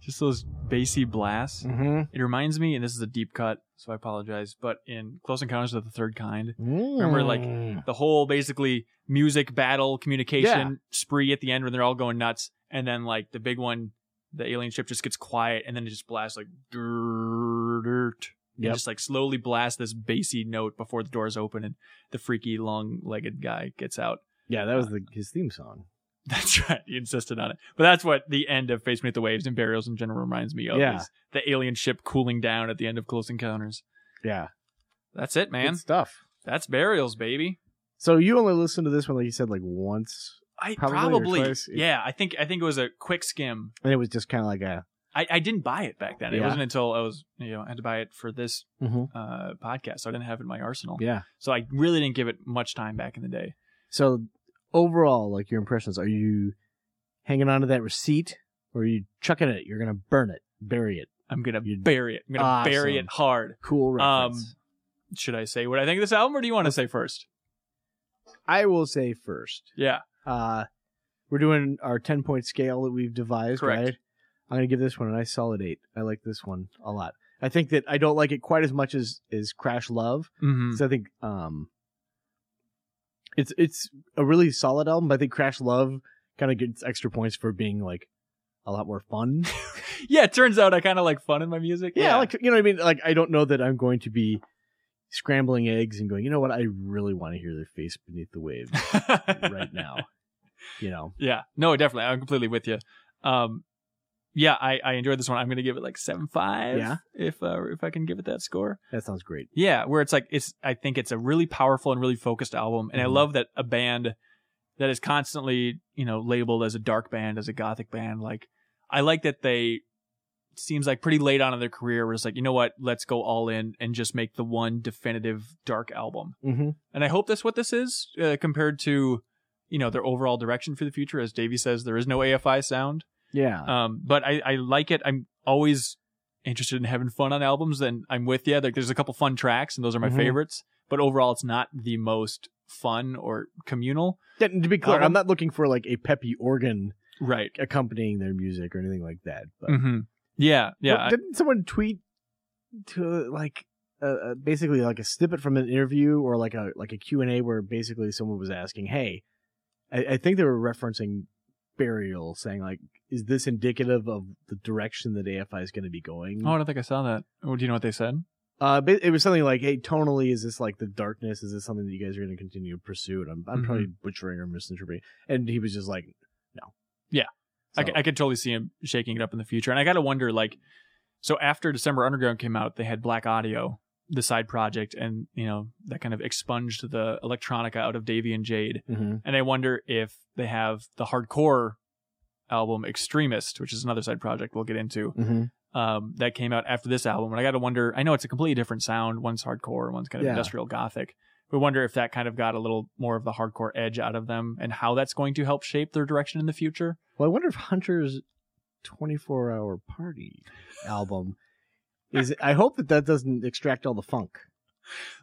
A: Just those bassy blasts.
B: Mm-hmm.
A: It reminds me, and this is a deep cut, so I apologize, but in Close Encounters of the Third Kind, Remember, like-
B: Mm.
A: the whole basically music battle communication
B: Yeah.
A: spree at the end when they're all going nuts and then like the big one the alien ship just gets quiet and then it just blasts like dirt
B: Yep.
A: and just like slowly blasts this bassy note before the doors open and the freaky long-legged guy gets out
B: yeah, that was the, his theme song.
A: That's right. He insisted on it. But that's what the end of Face Me at the Waves and Burials in general reminds me of.
B: Yeah.
A: Is the alien ship cooling down at the end of Close Encounters.
B: Yeah,
A: That's it, man.
B: good stuff.
A: That's Burials, baby.
B: So you only listened to this one, like you said, like once,
A: I
B: Probably or
A: probably,
B: twice.
A: yeah. I think I think it was a quick skim.
B: and it was just kind of like a
A: I, I didn't buy it back then. It
B: Yeah. Mm-hmm.
A: wasn't until I was you know I had to buy it for this uh, podcast. So I didn't have it in my arsenal.
B: yeah.
A: So I really didn't give it much time back in the day.
B: So overall, like your impressions, are you hanging on to that receipt, or are you chucking it? You're gonna burn it, bury it.
A: I'm gonna
B: You'd-
A: bury it. I'm gonna bury
B: Awesome.
A: it hard.
B: Cool reference.
A: Um, Should I say what I think of this album, or do you want to say first?
B: I will say first.
A: Yeah.
B: Uh, we're doing our ten point scale that we've devised,
A: Correct.
B: right? I'm gonna give this one a nice solid eight. I like this one a lot. I think that I don't like it quite as much as is Crash Love.
A: Mm-hmm.
B: So I think um, it's it's a really solid album. But I think Crash Love kind of gets extra points for being like a lot more fun.
A: Yeah. It turns out I kind of like fun in my music.
B: yeah, like you know what I mean. Like I don't know that I'm going to be scrambling eggs and going. You know what? I really want to hear their face beneath the waves right now. You know.
A: Yeah. No, definitely. I'm completely with you. Um, yeah, I, I enjoyed this one. I'm gonna give it like seven five.
B: Yeah.
A: If uh, if I can give it that score.
B: That sounds great.
A: Yeah, where it's like it's I think it's a really powerful and really focused album, and
B: Mhm.
A: I love that a band that is constantly you know labeled as a dark band, as a gothic band, like I like that they seems like pretty late on in their career where it's like you know what let's go all in and just make the one definitive dark album
B: Mm-hmm.
A: and i hope that's what this is uh, compared to you know their overall direction for the future as davey says there is no afi sound
B: Yeah.
A: um, but I, I like it. I'm always interested in having fun on albums, and I'm with you. Like, there's a couple fun tracks, and those are my
B: Mhm.
A: favorites. But overall, it's not the most fun or communal.
B: Yeah, and to be clear,
A: Album?
B: I'm not looking for like a peppy organ
A: Right.
B: accompanying their music or anything like that. But
A: hmm Yeah. Yeah.
B: Well, didn't someone tweet to like uh, uh, basically like a snippet from an interview or like a like a Q and A where basically someone was asking, "Hey, I, I think they were referencing burial, saying like, is this indicative of the direction that AFI is going to be going?"
A: oh, I don't think I saw that. Oh, do you know what they said?
B: Uh, but it was something like, "Hey, tonally, is this like the darkness? Is this something that you guys are going to continue to pursue?" And I'm, I'm
A: Mhm.
B: probably butchering or misinterpreting. And he was just like, "No."
A: Yeah. I,
B: So-
A: c- I could totally see him shaking it up in the future. And I got to wonder, like, so after December Underground came out, they had Black Audio, the side project, and, you know, that kind of expunged the electronica out of Davey and Jade.
B: Mhm.
A: and I wonder if they have the hardcore album Extremist, which is another side project we'll get into,
B: Mhm.
A: um, that came out after this album. And I got to wonder. I know it's a completely different sound. One's hardcore, one's kind of
B: Yeah.
A: industrial gothic. We wonder if that kind of got a little more of the hardcore edge out of them, and how that's going to help shape their direction in the future.
B: Well, I wonder if Hunter's 24 hour party album is. I hope that that doesn't extract all the funk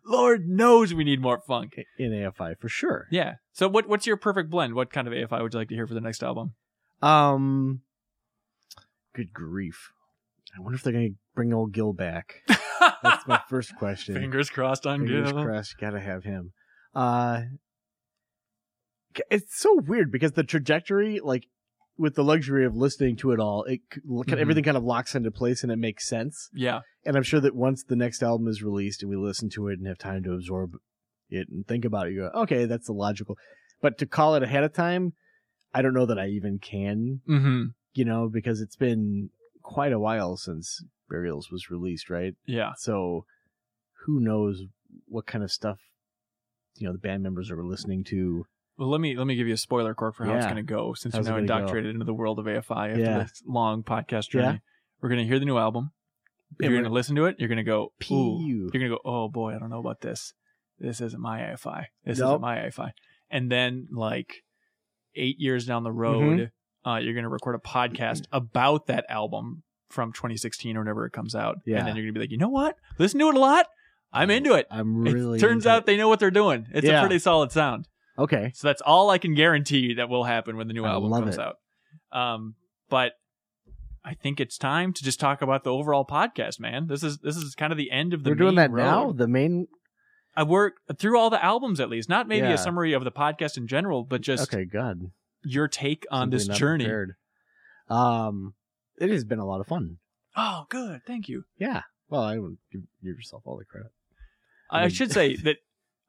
A: Lord knows we need more funk.
B: in AFI for sure.
A: Yeah. So what what's your perfect blend? What kind of AFI would you like to hear for the next album?
B: Um, good grief. I wonder if they're going to bring old Gil back. That's my first question.
A: Fingers crossed on
B: Fingers
A: Gil.
B: crossed, gotta have him. Uh, c- it's so weird because the trajectory, like with the luxury of listening to it all, it c- look-
A: Mhm.
B: everything kind of locks into place and it makes sense.
A: Yeah.
B: And I'm sure that once the next album is released and we listen to it and have time to absorb it and think about it, you go, okay, that's the logical. But to call it ahead of time, I don't know that I even can,
A: Mm-hmm.
B: you know, because it's been quite a while since Burials was released, right?
A: Yeah.
B: So who knows what kind of stuff you know the band members are listening to.
A: Well, let me let me give you a spoiler cork for how it's
B: Yeah.
A: going to go since
B: How's
A: you're now
B: it gonna go?
A: indoctrinated into the world of AFI after
B: Yeah.
A: this long podcast journey.
B: Yeah.
A: We're going to hear the new album.
B: Yeah,
A: You're
B: we're-
A: going to listen to it. You're going to go, ooh.
B: Pew.
A: You're going to go, oh boy, I don't know about this. This isn't my AFI. This
B: Nope.
A: isn't my AFI. And then like eight years down
B: Mm-hmm.
A: the road, uh, you're going to record a podcast about that album from 2016 or whenever it comes out.
B: Yeah.
A: And then you're going to be like, you know what? Listen to it a lot. I'm into it.
B: Um, I'm
A: It
B: really
A: turns
B: into
A: out they know what they're doing. It's
B: Yeah.
A: a pretty solid sound.
B: it. okay.
A: So that's all I can guarantee that will happen when the new
B: I
A: album
B: love
A: comes
B: it.
A: out. Um, but I think it's time to just talk about the overall podcast, man. This is this is kind of the end of the.
B: We're doing
A: main
B: that
A: road.
B: now. The main
A: I work through all the albums at least, not maybe
B: Yeah.
A: a summary of the podcast in general, but just
B: okay. God,
A: your take on
B: Simply
A: this
B: not
A: journey.
B: prepared. Um, it has been a lot of fun.
A: Oh, good, thank you.
B: Yeah. Well, I would give yourself all the credit. I
A: I,
B: mean-
A: should say that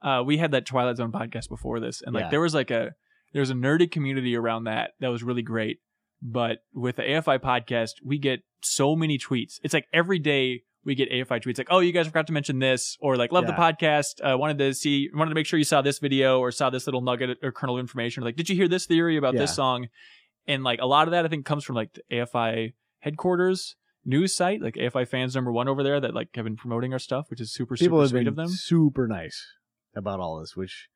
A: uh, we had that Twilight Zone podcast before this, and like
B: Yeah.
A: there was like a There was a nerdy community around that that was really great. But with the AFI podcast, we get so many tweets. It's like every day we get AFI tweets like, "Oh, you guys forgot to mention this," or like, "Love the
B: Yeah.
A: podcast. Uh, wanted to see, wanted to make sure you saw this video or saw this little nugget or kernel of information." Or like, "Did you hear this theory about this
B: Yeah.
A: song?" And like a lot of that, I think, comes from like the AFI headquarters news site, like AFI fans number one over there, that like have been promoting our stuff, which is super
B: People
A: super
B: have
A: sweet
B: been
A: of them.
B: super nice about all this, which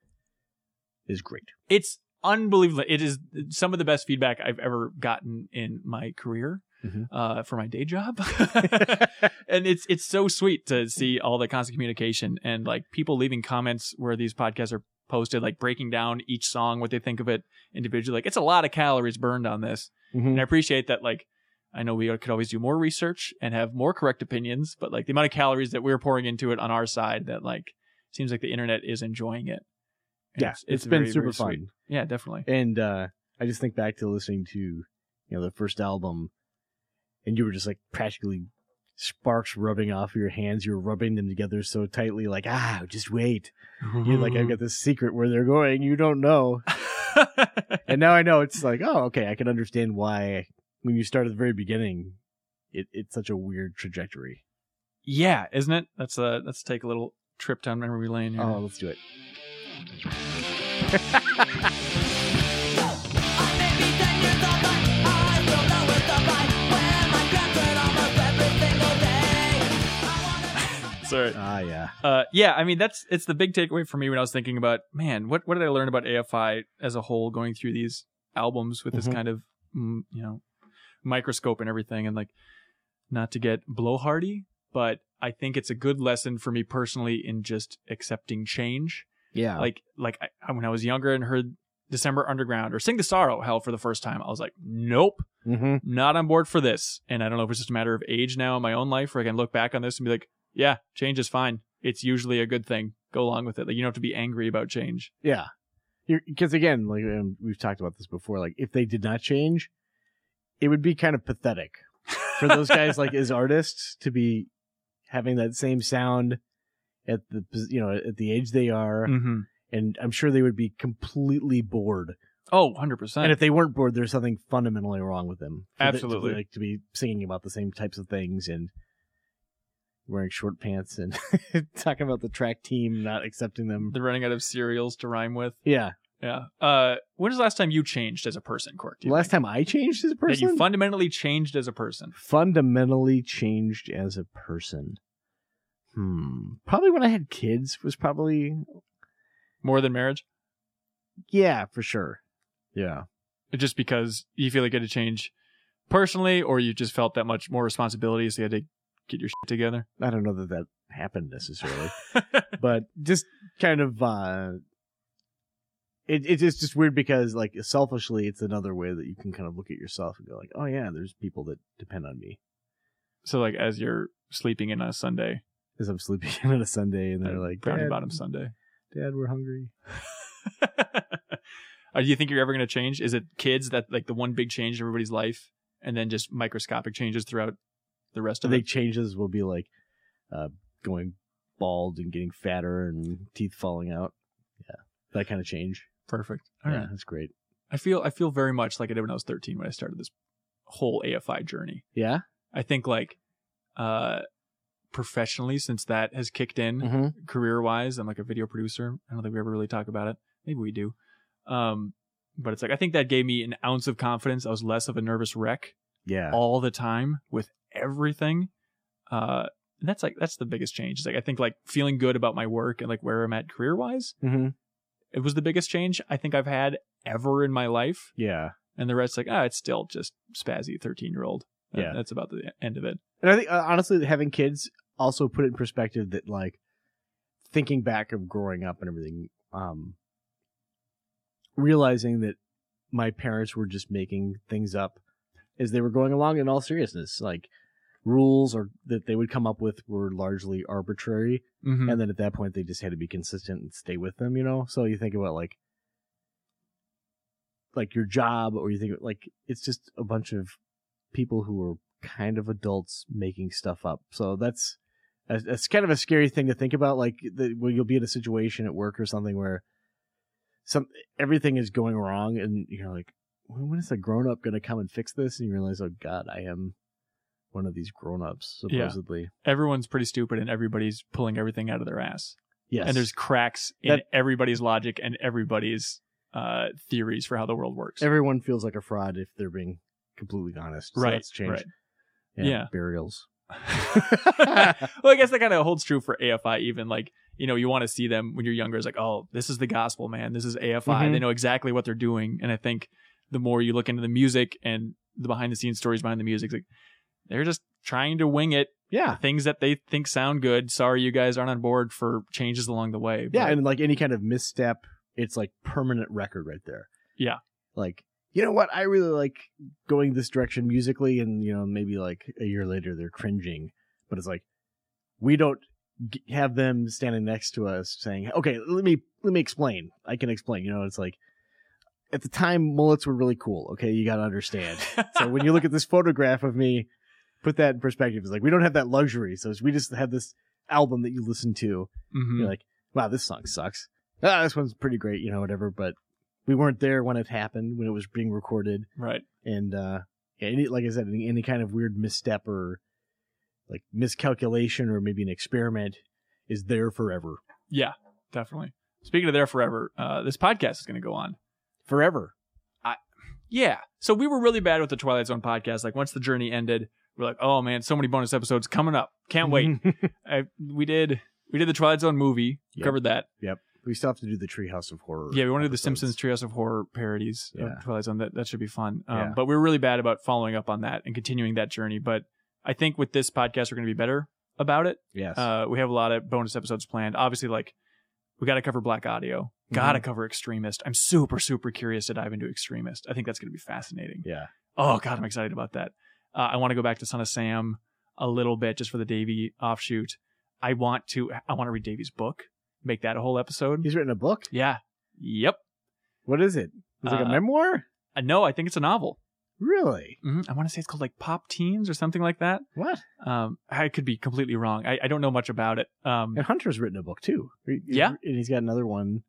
B: is great.
A: it's unbelievable. It is some of the best feedback I've ever gotten in my career
B: Mhm.
A: uh, for my day job, and it's it's so sweet to see all the constant communication and like people leaving comments where these podcasts are posted, like breaking down each song, what they think of it individually. Like it's a lot of calories burned on this,
B: Mm-hmm.
A: and I appreciate that. Like. I know we could always do more research and have more correct opinions, but like the amount of calories that we're pouring into it on our side, that like seems like the internet is enjoying it. And
B: Yeah, it's been
A: very,
B: super
A: very
B: fun.
A: sweet. Yeah, definitely.
B: And uh, I just think back to listening to, you know, the first album, and you were just like practically sparks rubbing off your hands. You were rubbing them together so tightly, like ah, just wait. You're like,
A: Mm-hmm.
B: I've got this secret where they're going. You don't know. And now I know. It's like, oh, okay, I can understand why when you start at the very beginning, it, it's such a weird trajectory.
A: yeah, isn't it? Let's uh, let's take a little trip down memory lane here.
B: Oh, let's do it.
A: Sorry.
B: Ah, yeah.
A: Uh, yeah, I mean that's it's the big takeaway for me when I was thinking about man, what what did I learn about AFI as a whole going through these albums with this
B: Mhm.
A: kind of mm, you know microscope and everything, and like not to get blowhardy, but I think it's a good lesson for me personally in just accepting change.
B: Yeah.
A: like like I, when I was younger and heard December Underground or Sing the Sorrow Hell for the first time, I was like, nope.
B: mm-hmm.
A: not on board for this. And I don't know if it's just a matter of age now in my own life where I can look back on this and be like, yeah, change is fine. It's usually a good thing. Go along with it. Like you don't have to be angry about change.
B: Yeah, because again, like um, we've talked about this before, like if they did not change, it would be kind of pathetic for those guys, like as artists, to be having that same sound at the pos- you know at the age they are,
A: Mm-hmm.
B: and I'm sure they would be completely bored.
A: Oh, 100%.
B: And if they weren't bored, there's something fundamentally wrong with them. For the- to be,
A: Absolutely.
B: like to be singing about the same types of things and wearing short pants and talking about the track team not accepting them.
A: They're running out of cereals to rhyme with.
B: Yeah.
A: Yeah. Uh, when was the last time you changed as a person, Cork? do you
B: Last
A: think?
B: time I changed as a
A: That
B: person,
A: you fundamentally changed as a person.
B: fundamentally changed as a person. Hmm. Probably when I had kids was probably
A: More than marriage?
B: yeah for sure. Yeah.
A: Just because you feel like you had to change personally or you just felt that much more responsibility so you had to get your shit together?
B: I don't know that that happened necessarily, but just kind of uh, it it is just weird because like selfishly, it's another way that you can kind of look at yourself and go like, oh yeah, there's people that depend on me
A: so like as you're sleeping in on a Sunday,
B: because I'm sleeping in on a Sunday and they're like,
A: brownie
B: Dad,
A: bottom Sunday.
B: Dad, we're hungry.
A: Uh, do you think you're ever going to change? Is it kids that like the one big change in everybody's life, and then just microscopic changes throughout the rest
B: I
A: of
B: think
A: it?
B: changes will be like uh, going bald and getting fatter and teeth falling out. Yeah, that kind of change.
A: Perfect. All right.
B: Yeah, that's great.
A: I feel I feel very much like I did when I was 13 when I started this whole AFI journey.
B: Yeah.
A: I think like uh professionally since that has kicked in
B: Mm-hmm.
A: career wise, I'm like a video producer. I don't think we ever really talk about it. Maybe we do. Um but it's like I think that gave me an ounce of confidence. I was less of a nervous wreck
B: Yeah.
A: all the time with everything. Uh, and that's like that's the biggest change. It's like I think like feeling good about my work and like where I'm at career wise.
B: Mm-hmm.
A: It was the biggest change I think I've had ever in my life.
B: Yeah.
A: And the rest like ah, it's still just spazzy thirteen year old.
B: Yeah.
A: that's about the e, end of it.
B: And I think uh, honestly, having kids also put it in perspective that like thinking back of growing up and everything, um, realizing that my parents were just making things up as they were going along. In all seriousness, like rules or that they would come up with were largely arbitrary.
A: Mm-hmm.
B: and then at that point they just had to be consistent and stay with them you know so you think about like like your job or you think like it's just a bunch of people who are kind of adults making stuff up so that's it's kind of a scary thing to think about like the, when you'll be in a situation at work or something where some everything is going wrong, and you're like, when when is a grown up going to come and fix this? And you realize, oh God, I am one of these grown ups
A: Yeah.
B: supposedly.
A: Everyone's pretty stupid and everybody's pulling everything out of their ass.
B: Yes,
A: And there's cracks in
B: That-
A: everybody's logic and everybody's uh, theories for how the world works.
B: everyone feels like a fraud if they're being completely honest. So
A: Right,
B: that's changed.
A: right. Yeah.
B: burials.
A: well, I guess that kind of holds true for AFI. Even like you know, you want to see them when you're younger. It's like, oh, this is the gospel, man. This is AFI.
B: Mhm.
A: They know exactly what they're doing. And I think the more you look into the music and the behind the scenes stories behind the music, it's like they're just trying to wing it.
B: Yeah,
A: Things that they think sound good. Sorry, you guys aren't on board for changes along the way.
B: yeah,
A: But-
B: and like any kind of misstep, it's like permanent record right there.
A: Yeah.
B: like you know what? I really like going this direction musically, and you know maybe like a year later they're cringing, but it's like we don't g- have them standing next to us saying, "Okay, let me let me explain. I can explain." You know, it's like at the time mullets were really cool. Okay, you got to understand. so when you look at this photograph of me, put that in perspective. It's like we don't have that luxury. So we just have this album that you listen to
A: Mhm.
B: you're like, wow, this song sucks. Ah, this one's pretty great, you know, whatever. But we weren't there when it happened, when it was being recorded,
A: right.
B: and uh, yeah, any, like I said, any, any kind of weird misstep or like miscalculation or maybe an experiment is there forever,
A: Yeah, definitely. Speaking of there forever, uh, this podcast is going to go on.
B: forever.
A: Yeah. So we were really bad with the Twilight Zone podcast. Like once the journey ended, we're like, oh man, so many bonus episodes coming up. Can't wait.
B: Mm-hmm.
A: I, we did we did the Twilight Zone movie,
B: Yep.
A: covered that.
B: we still have to do the Treehouse of Horror.
A: Yeah, we want to do the
B: episodes.
A: Simpsons Trios of Horror parodies
B: Yeah.
A: of Twilight Zone. That that should be fun. Um,
B: Yeah.
A: But we were really bad about following up on that and continuing that journey. But I think with this podcast, we're going to be better about it.
B: Yes.
A: Uh, we have a lot of bonus episodes planned. Obviously, like we got to cover Black Audio. Got to
B: Mm-hmm.
A: cover Extremist. I'm super super curious to dive into Extremist. I think that's going to be fascinating.
B: yeah.
A: Oh God, I'm excited about that. Uh, I want to go back to Son of Sam a little bit just for the Davy offshoot. I want to. I want to read Davy's book. Make that a whole episode.
B: He's written a book.
A: Yeah. Yep.
B: What is it? Is it like a
A: Uh,
B: memoir?
A: Uh, no, I think it's a novel.
B: Really?
A: hmm I want to say it's called like Pop Teens or something like that.
B: What?
A: Um, I could be completely wrong. I, I don't know much about it. Um,
B: And Hunter's written a book too. He- he's-
A: Yeah.
B: And he's got another one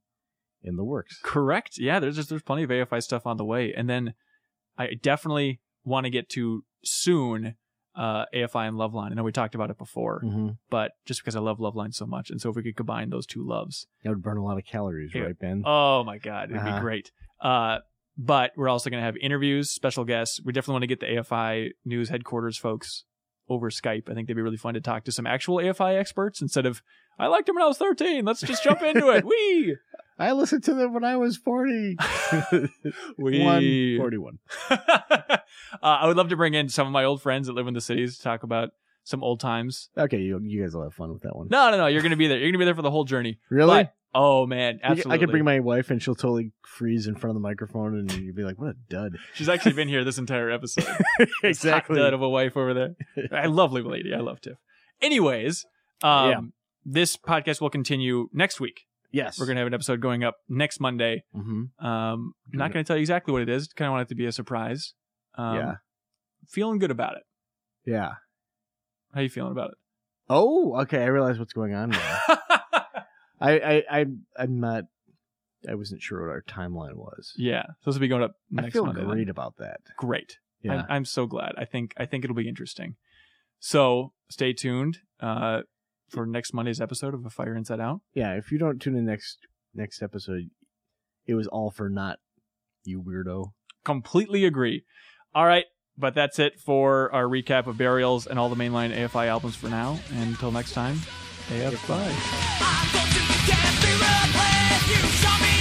B: in the works.
A: Correct. Yeah, there's just there's plenty of AFI stuff on the way, and then I definitely want to get to soon uh, AFI and Loveline. I know we talked about it before,
B: Mm-hmm.
A: but just because I love Loveline so much, and so if we could combine those two loves,
B: That would burn a lot of calories,
A: Yeah.
B: right, Ben?
A: oh my god, it'd
B: Uh-huh.
A: be great. Uh, but we're also going to have interviews, special guests. We definitely want to get the AFI news headquarters folks over Skype. I think they'd be really fun to talk to some actual AFI experts instead of I liked him when I was 13. Let's just jump into it. Wee.
B: I listened to them when I was 40.
A: Wee.
B: 41.
A: uh, I would love to bring in some of my old friends that live in the cities to talk about some old times.
B: Okay, you, you guys will have fun with that one.
A: No, no, no. You're going to be there. You're going to be there for the whole journey.
B: really?
A: But- oh, man.
B: I could-
A: Absolutely.
B: I could bring my wife and she'll totally freeze in front of the microphone and you'd be like, what a dud.
A: She's actually been here this entire episode. This hot dud of a wife over there. I lovely lady. I love Tiff. Anyways, um,
B: Yeah.
A: this podcast will continue next week.
B: Yes.
A: We're going to have an episode going up next Monday.
B: hmm
A: Um, I'm
B: Mm-hmm.
A: not going to tell you exactly what it is. Kind of want it to be a surprise. Um,
B: yeah.
A: Feeling good about it.
B: Yeah.
A: How you feeling about
B: Oh, okay. I realize what's going on now.
A: it?
B: I, I, I, I'm not, I wasn't sure what our timeline was.
A: Yeah, so this will be going up next
B: I feel
A: Monday. then.
B: great about that.
A: Great.
B: Yeah.
A: I'm, I'm so glad. I think I think it'll be interesting. So stay tuned uh, for next Monday's episode of A Fire Inside Out.
B: yeah. If you don't tune in next, next episode, it was all for naught, you weirdo.
A: Completely agree. All right, but that's it for our recap of Burials and all the mainline AFI albums for now. And until next time, AFI.
D: I'm close to the death, they will play. You saw me